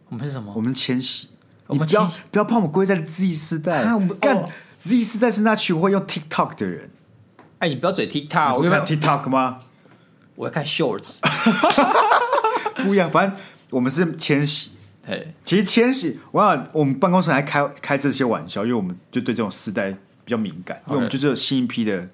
S1: 我们是什么
S2: 我？们是千禧，
S1: 我们
S2: 你不要
S1: 千禧
S2: 不要把我们归在 Z 时代
S1: 啊我们，
S2: 干
S1: 哦
S2: Z 时代是那群会用 TikTok 的人，
S1: 哎，你不要嘴 TikTok，我
S2: 你
S1: 原
S2: 会
S1: 本
S2: 看 TikTok 吗？
S1: 我要看 Shorts。
S2: 不一样，反正我们是千禧。
S1: 嘿，
S2: 其实千禧，我想我们办公室还开开这些玩笑，因为我们就对这种世代比较敏感，因为我们就是有新一批的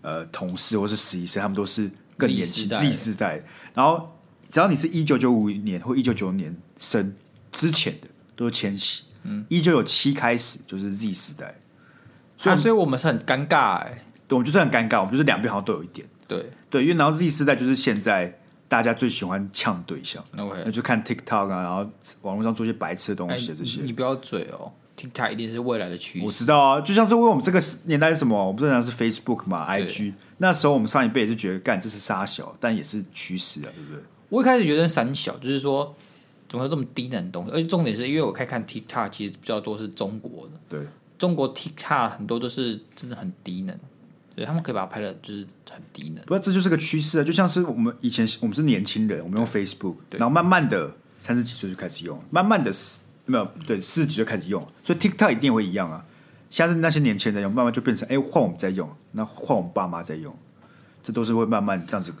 S2: 呃同事或是实习生，他们都是更
S1: Z
S2: 年
S1: 世
S2: 轻
S1: 代
S2: Z 世代。然后只要你是一九九五年或一九九年生之前的，都是千禧。嗯，一九九七开始就是 Z 世代，
S1: 所以、啊、所以我们是很尴尬哎、
S2: 对我们就是很尴尬，我们就是两边好像都有一点。
S1: 对
S2: 对，因为然后 Z 世代就是现在大家最喜欢呛对象，那
S1: ，OK，
S2: 就看 TikTok 啊，然后网络上做一些白痴的东
S1: 哎
S2: 西这些。
S1: 你你不要嘴哦，TikTok 一定是未来的趋
S2: 我
S1: 势，
S2: 知道啊，就像是因为我们这个年代是什么，啊我们正常是 Facebook 嘛
S1: 对
S2: ，IG。那时候我们上一辈也是觉得干这是沙小，但也是趋势啊，对不对？
S1: 我一开始觉得三小，就是说怎么会有这么低能的东西，而且重点是因为我开始看 TikTok，其实比较多是中国的，
S2: 对，
S1: 中国 TikTok 很多都是真的很低能，对他们可以把它拍的就是很低能，
S2: 不过这就是个趋势啊，就像是我们以前我们是年轻人，我们用 Facebook，
S1: 对
S2: 然后慢慢的三十几岁就开始用，慢慢的没有对四十几岁开始用，所以 TikTok 一定会一样啊。下次那些年轻人在用，慢慢就变成哎换我们在用，那换我们爸妈在用，这都是会慢慢这样子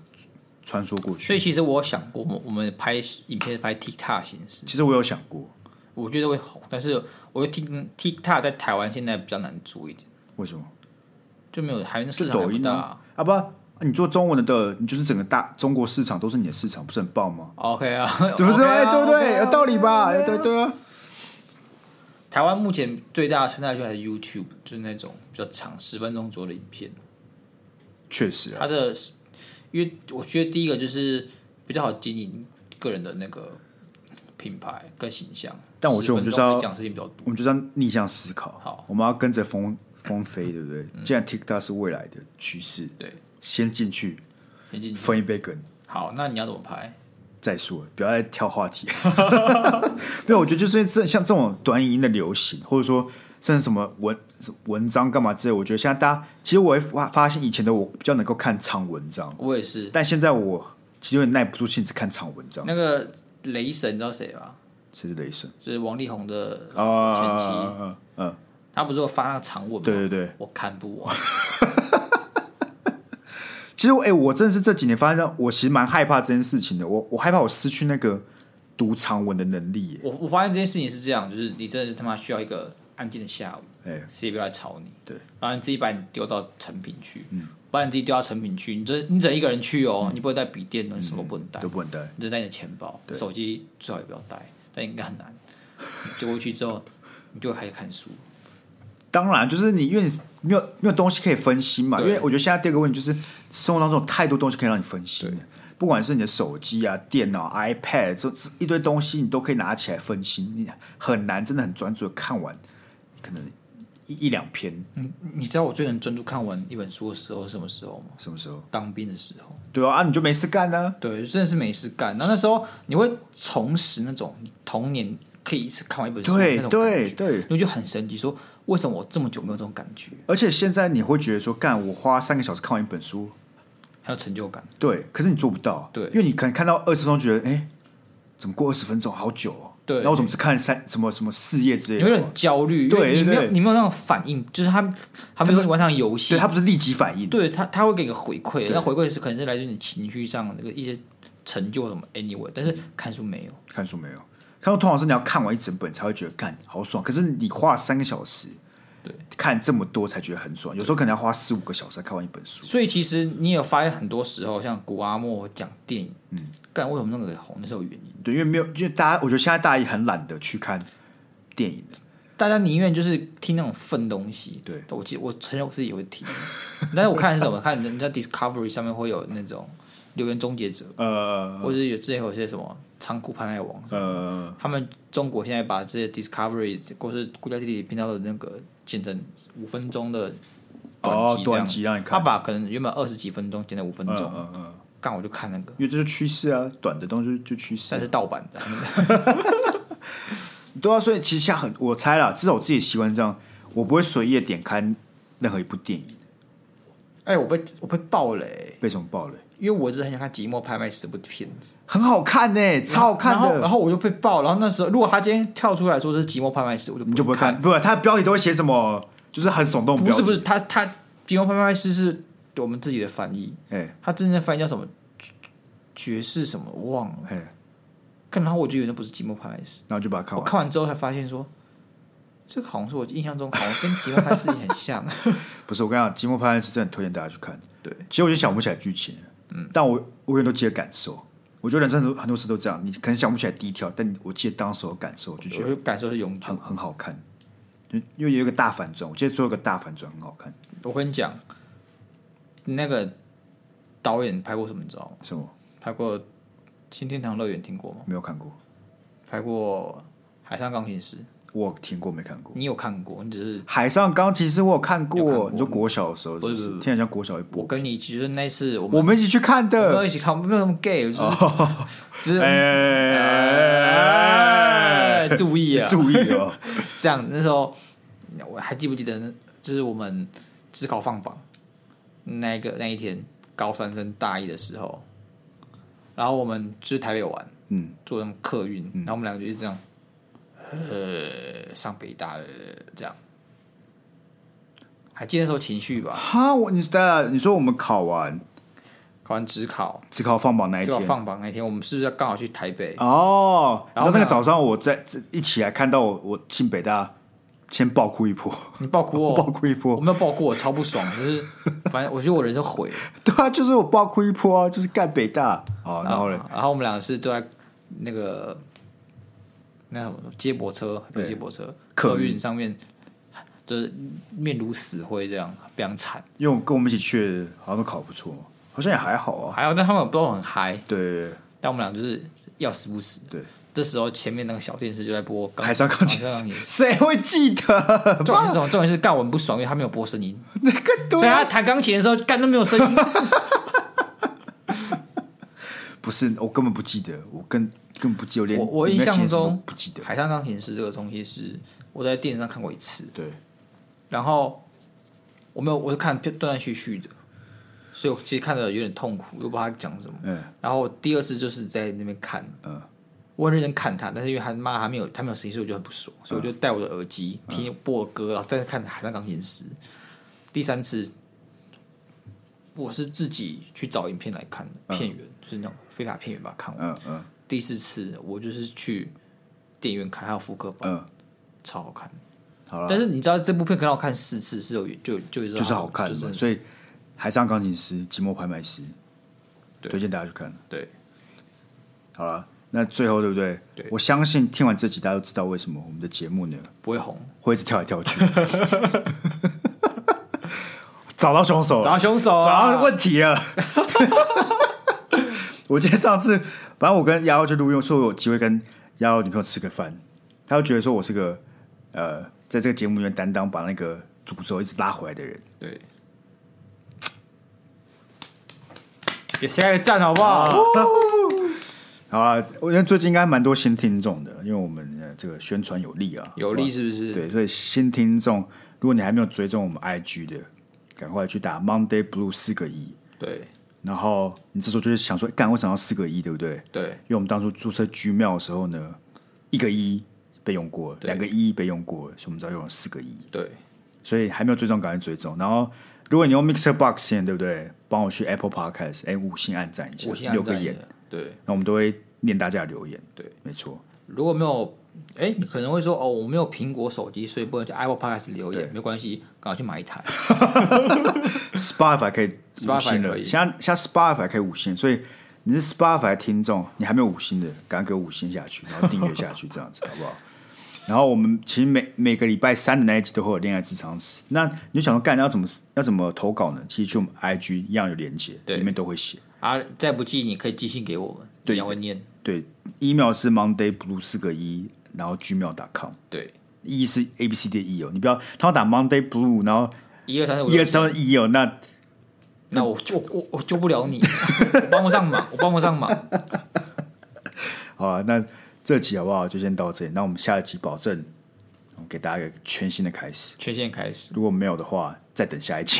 S2: 穿梭过
S1: 所以
S2: 去。
S1: 其实我有想过，我们我们拍影片是拍 TikTok 形式，
S2: 其实我有想过，
S1: 我觉得会红，但是我觉得 Tik TikTok 在台湾现在比较难做一点，
S2: 为什么？
S1: 就没有台湾市
S2: 是
S1: 场还
S2: 抖
S1: 不
S2: 音
S1: 大、
S2: 啊，啊不啊，你做中文的，你就是整个大中国市场都是你的市场，不是很棒吗？
S1: OK 啊，
S2: 对 不
S1: OK
S2: 对？
S1: 啊
S2: 哎对不
S1: OK
S2: 对？
S1: 啊
S2: 有道理吧？
S1: OK 啊
S2: 哎对对啊。
S1: 台湾目前最大的生态圈还是 YouTube，就是那种比较长十分钟左右的影片。
S2: 确实啊，
S1: 它的，因为我觉得第一个就是比较好经营个人的那个品牌跟形象。
S2: 但我觉得我们就是
S1: 10分钟
S2: 要
S1: 会讲事情比较多。
S2: 我们就是要逆向思考。
S1: 好，嗯
S2: 我们要跟着风风飞，对不对？既然 TikTok 是未来的趋势，
S1: 对，
S2: 先进去
S1: 先进去。
S2: 分一杯羹
S1: 好，那你要怎么拍？
S2: 再说，不要再跳话题。 没有，我觉得就是因为这像这种短影音的流行，或者说甚至什么文文章干嘛之类，我觉得现在大家其实我会发发现以前的我比较能够看长文章。
S1: 我也是。
S2: 但现在我其实有点耐不住性子看长文章，
S1: 那个雷神，你知道谁吧？
S2: 谁是雷神
S1: 就是王力宏的
S2: 啊？
S1: 前妻，
S2: 嗯嗯，
S1: 他不是有发那个长文吗？
S2: 对对对，
S1: 我看不完。
S2: 其实我哎、我真的是这几年发现，我其实蛮害怕这件事情的。我我害怕我失去那个读长文的能力耶。
S1: 我我发现这件事情是这样，就是你真的是他妈需要一个安静的下午，
S2: 哎、
S1: 谁也不要来吵你，
S2: 对，
S1: 然后你自己把你丢到成品去，嗯，把你自己丢到成品去，你这你整一个人去哦，你不会带笔电，你什么不能带，
S2: 都不能带。
S1: 你只带你的钱包，手机最好也不要带，但应该很 难。丢过去之后，你就会开始看书，
S2: 当然，就是你因为你没有没有东西可以分析嘛。因
S1: 对
S2: 为我觉得现在第二个问题就是，生活当中有太多东西可以让你分析了，不管是你的手机啊、电脑、iPad 这这一堆东西，你都可以拿起来分析，你很难真的很专注的看完，可能一一两篇。
S1: 嗯，你知道我最能专注看完一本书的时候是什么时候吗？
S2: 什么时候？
S1: 当兵的时候。
S2: 对啊，啊你就没事干呢、
S1: 对，真的是没事干。那那时候你会重拾那种你童年可以一次看完一本书的
S2: 对
S1: 那种
S2: 对
S1: 感觉
S2: 对，
S1: 我就很神奇，说为什么我这么久没有这种感觉，
S2: 而且现在你会觉得说，干我花三个小时看完一本书，
S1: 还有成就感。
S2: 对，可是你做不到，
S1: 对
S2: 因为你可能看到二十分钟，觉得哎、诶怎么过二十分钟，好久哦，
S1: 对
S2: 然后我怎么只看了三什么什么事业之
S1: 你
S2: 类
S1: 会
S2: 的
S1: 很
S2: 哦，
S1: 焦虑，因
S2: 对
S1: 为你
S2: 对
S1: 没有
S2: 对
S1: 你没有那种反应，就是他他比如说你玩场游
S2: 所
S1: 戏
S2: 以它，不是立即反应，
S1: 对他他会给你个回馈，
S2: 对
S1: 那回馈是可能是来自于你情绪上的那个一些成就什么 anyway，但是看书没有。
S2: 看书没有？看书通常是你要看完一整本才会觉得干好爽，可是你花了三个小时，
S1: 对，
S2: 看这么多才觉得很爽，有时候可能要花四五个小时才看完一本书，
S1: 所以其实你有发现很多时候，像古阿莫讲电影，嗯，干为什么那个红，那是有原因的。
S2: 对，因为没有，因为大家我觉得现在大家也很懒得去看电影，
S1: 大家宁愿就是听那种粪东西。
S2: 对，
S1: 我记我承认我自己也会听， 但是我看的是什么？看人家 Discovery 上面会有那种留言终结者，
S2: 呃
S1: 或者是有之前有些什么仓库拍卖网，
S2: 呃，
S1: 他们中国现在把这些 Discovery 或是国家地理频道的那个剪成五分钟的短
S2: 哦
S1: 集，这
S2: 短
S1: 样。
S2: 期让你
S1: 他
S2: 看，
S1: 把可能原本二十几分钟剪成五分
S2: 嗯
S1: 钟，
S2: 嗯嗯，
S1: 干、我就看那个，
S2: 因为这是趋势啊，短的东西就趋势啊
S1: 但。是盗版的，
S2: 对啊，所以其实像很，我猜啦，至少我自己习惯这样，我不会随意的点开任何一部电影。
S1: 哎、我被我被爆雷、
S2: 被什么爆雷？
S1: 因为我一直很想看《寂寞拍卖师》这部片子。
S2: 很好看呢、超好看
S1: 然后，啊然
S2: 的。
S1: 后我就被爆。然后那时候，如果他今天跳出来说这是《寂寞拍卖师》，我就
S2: 你就不
S1: 不
S2: 会看，
S1: 看。
S2: 不是它的标题都会写什么，就是很耸动。
S1: 不是不是，，他他《寂寞拍卖师》是我们自己的翻译，
S2: 哎
S1: 他真正翻译叫什么？爵士什么我忘了。
S2: 哎，
S1: 看，然后我就以为那不是《寂寞拍卖师》。
S2: 然后就把它看
S1: 我
S2: 完。
S1: 看完之后才发现说，这个好像是我印象中好像跟《寂寞拍卖师》很像。啊
S2: 不是，我跟你讲，《寂寞拍案》是真的很推荐大家去看。
S1: 对，
S2: 其实我就想不起来剧情，嗯，但我我永远都记得感受。我觉得人生很多很多事都这样，你可能想不起来第一条，但你我记得当时的感受，我就觉
S1: 我
S2: 得
S1: 就感受是永久
S2: 很。很好看。就因为有一个大反转，我记得最后一个大反转很好看。
S1: 我跟你讲，那个导演拍过什么？你知道吗？
S2: 什么
S1: 拍过《新天堂乐园》，听过吗？
S2: 没有看过？
S1: 拍过《海上钢琴师》，
S2: 我有听过没看过？
S1: 你有看过？你只是
S2: 海上钢琴师我有看
S1: 有看
S2: 过，
S1: 过
S2: 你说国小的时候，
S1: 不是
S2: 就
S1: 不是
S2: 听人家国小一
S1: 我
S2: 播，
S1: 跟你一起，就是那一次我们哦
S2: 我们一起去看
S1: 我们
S2: 的。
S1: 一起看，没有什么 gay，就是、就是、
S2: 哎
S1: 哎，注意啊，
S2: 注意 哦！
S1: 这样那时候我还记不记得呢？就是我们自考放榜那一个那一天，高三升大一的时候，然后我们去台北玩，
S2: 嗯，
S1: 坐那种客运，然后我们两个就是这样，呃，上北大呃这样，还记得那时候情绪吧？
S2: 哈，我你大家你说我们考完
S1: 考完职考，
S2: 只考放榜那一
S1: 职考
S2: 天，
S1: 放榜那天，我们是不是刚好去台北？
S2: 哦，
S1: 然
S2: 然后
S1: 后
S2: 那
S1: 呢
S2: 个早上我在一起来看到我我进北大，先爆哭一波，
S1: 你爆哭
S2: 爆
S1: 哦！
S2: 哭一
S1: 我
S2: 波。
S1: 没有爆哭，我超不爽，就是 反正我觉得我人生毁了。
S2: 对啊，就是我爆哭一波啊，就是干北大。
S1: 啊
S2: 哦，然后呢？
S1: 然后我们两个是坐在那个那什么接驳车，不
S2: 对
S1: 是接驳车，
S2: 客
S1: 客运上面，就是面如死灰这样，非常惨。
S2: 因为我跟我们一起去的，好像都考不错，好像也还好啊。
S1: 还有，但他们都很嗨，
S2: 对对对
S1: 但我们俩就是要死不死。
S2: 对，
S1: 这时候前面那个小电视就在播《
S2: 海上钢琴
S1: 海上钢琴哦师
S2: 谁会记得？》，
S1: 重点是什么？重点是干我很不爽，因为他没有播声音，
S2: 那个
S1: 所以
S2: 对
S1: 他，
S2: 啊
S1: 弹钢琴的时候干都没有声音。
S2: 不是，我根本不记得，我根根本不记得，连
S1: 我我
S2: 里
S1: 印
S2: 面
S1: 象
S2: 写什么
S1: 中
S2: 都不记得。
S1: 《海上钢琴师》这个东西是我在电视上看过一次，
S2: 对，
S1: 然后我没有，我就看断断续续的，所以我其实看的有点痛苦，又不知道他讲什么。
S2: 嗯
S1: 然后第二次就是在那边看，
S2: 嗯，
S1: 我很认真看他，但是因为他妈还没有他没有声音，所以我就很不爽，所以我就戴我的耳机、听播歌，然后在看《海上钢琴师》。第三次，我是自己去找影片来看的，片源、就是那种非法片源把它看完。
S2: 嗯嗯
S1: 第四次我就是去电影院看，还有复刻版，
S2: 嗯，
S1: 超好看。
S2: 好了，
S1: 但是你知道这部片可能我看四次是有就就就
S2: 就是好看
S1: 啊就
S2: 嘛。
S1: 是
S2: 所以《海上钢琴师》《寂寞拍卖师》，
S1: 对
S2: 推荐大家去看。
S1: 对，
S2: 好了，那最后对不对？
S1: 对
S2: 我相信听完这集，大家都知道为什么我们的节目呢
S1: 不会红。
S2: 会一直跳来 跳去，找到凶手了，
S1: 找到凶手啊
S2: 找到问题了。我记得上次，反正我跟丫头去录用，说我有机会跟丫头女朋友吃个饭，她就觉得说我是个呃，在这个节目里面担当把那个诅咒一直拉回来的人。
S1: 对，给下一个赞好不好？
S2: 好啊，我觉得最近应该蛮多新听众的，因为我们呃这个宣传有力啊，
S1: 有力是不是？
S2: 对，所以新听众，如果你还没有追踪我们 IG 的，赶快去打 Monday Blue 四个一。
S1: 对
S2: 然后你这时候就会想说，干，为什么要四个一，对不对？
S1: 对
S2: 因为我们当初注册 Gmail 的时候呢，一个一被用过了，两个一被用过了，所以我们只要用了四个一。
S1: 对
S2: 所以还没有追踪，赶快追踪。然后如果你用 Mixer Box 现在对不对？帮我去 Apple Podcast，哎，五星按赞一下，
S1: 五星
S2: 留
S1: 按
S2: 个
S1: 赞一
S2: 言
S1: 下，。对，
S2: 那我们都会念大家的留言。
S1: 对，
S2: 没错，
S1: 如果没有，哎，你可能会说哦，我没有苹果手机，所以不能去 Apple Podcast 留言，没关系，赶快去买一台。
S2: Spotify 可以五
S1: Spotify
S2: 星
S1: 可
S2: 了，
S1: 以
S2: 现在现在 Spotify 可以五星，所以你是 Spotify 听众，你还没有五星的，赶快给我五星下去，然后订阅下去，这 样子好不好？然后我们其实每每个礼拜三的那一集都会有恋爱智商史，那你就想说干要怎么要怎么投稿呢？其实去我们 IG 一样有连接，
S1: 对
S2: 里面都会写。
S1: 啊，再不济你可以寄信给我们，
S2: 对
S1: 一样会念。
S2: 对，email 是 Monday Blue 四个一，然后 gmail.com，
S1: 对，
S2: 一是 A B C D 的 E 哦，你不要他要打 Monday Blue，然后
S1: 一二三四五
S2: 一
S1: 六
S2: 二，三一哦，那
S1: 那我救我我救不了你，我帮不上忙，我帮不上忙。
S2: 好啊，那这集好不好？就先到这里。那我们下一集保证，我们给大家一个全新的开始。
S1: 缺陷开始，
S2: 如果没有的话， 再等下一集。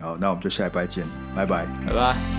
S2: 好，那我们就下一拜见，拜拜。
S1: 拜拜。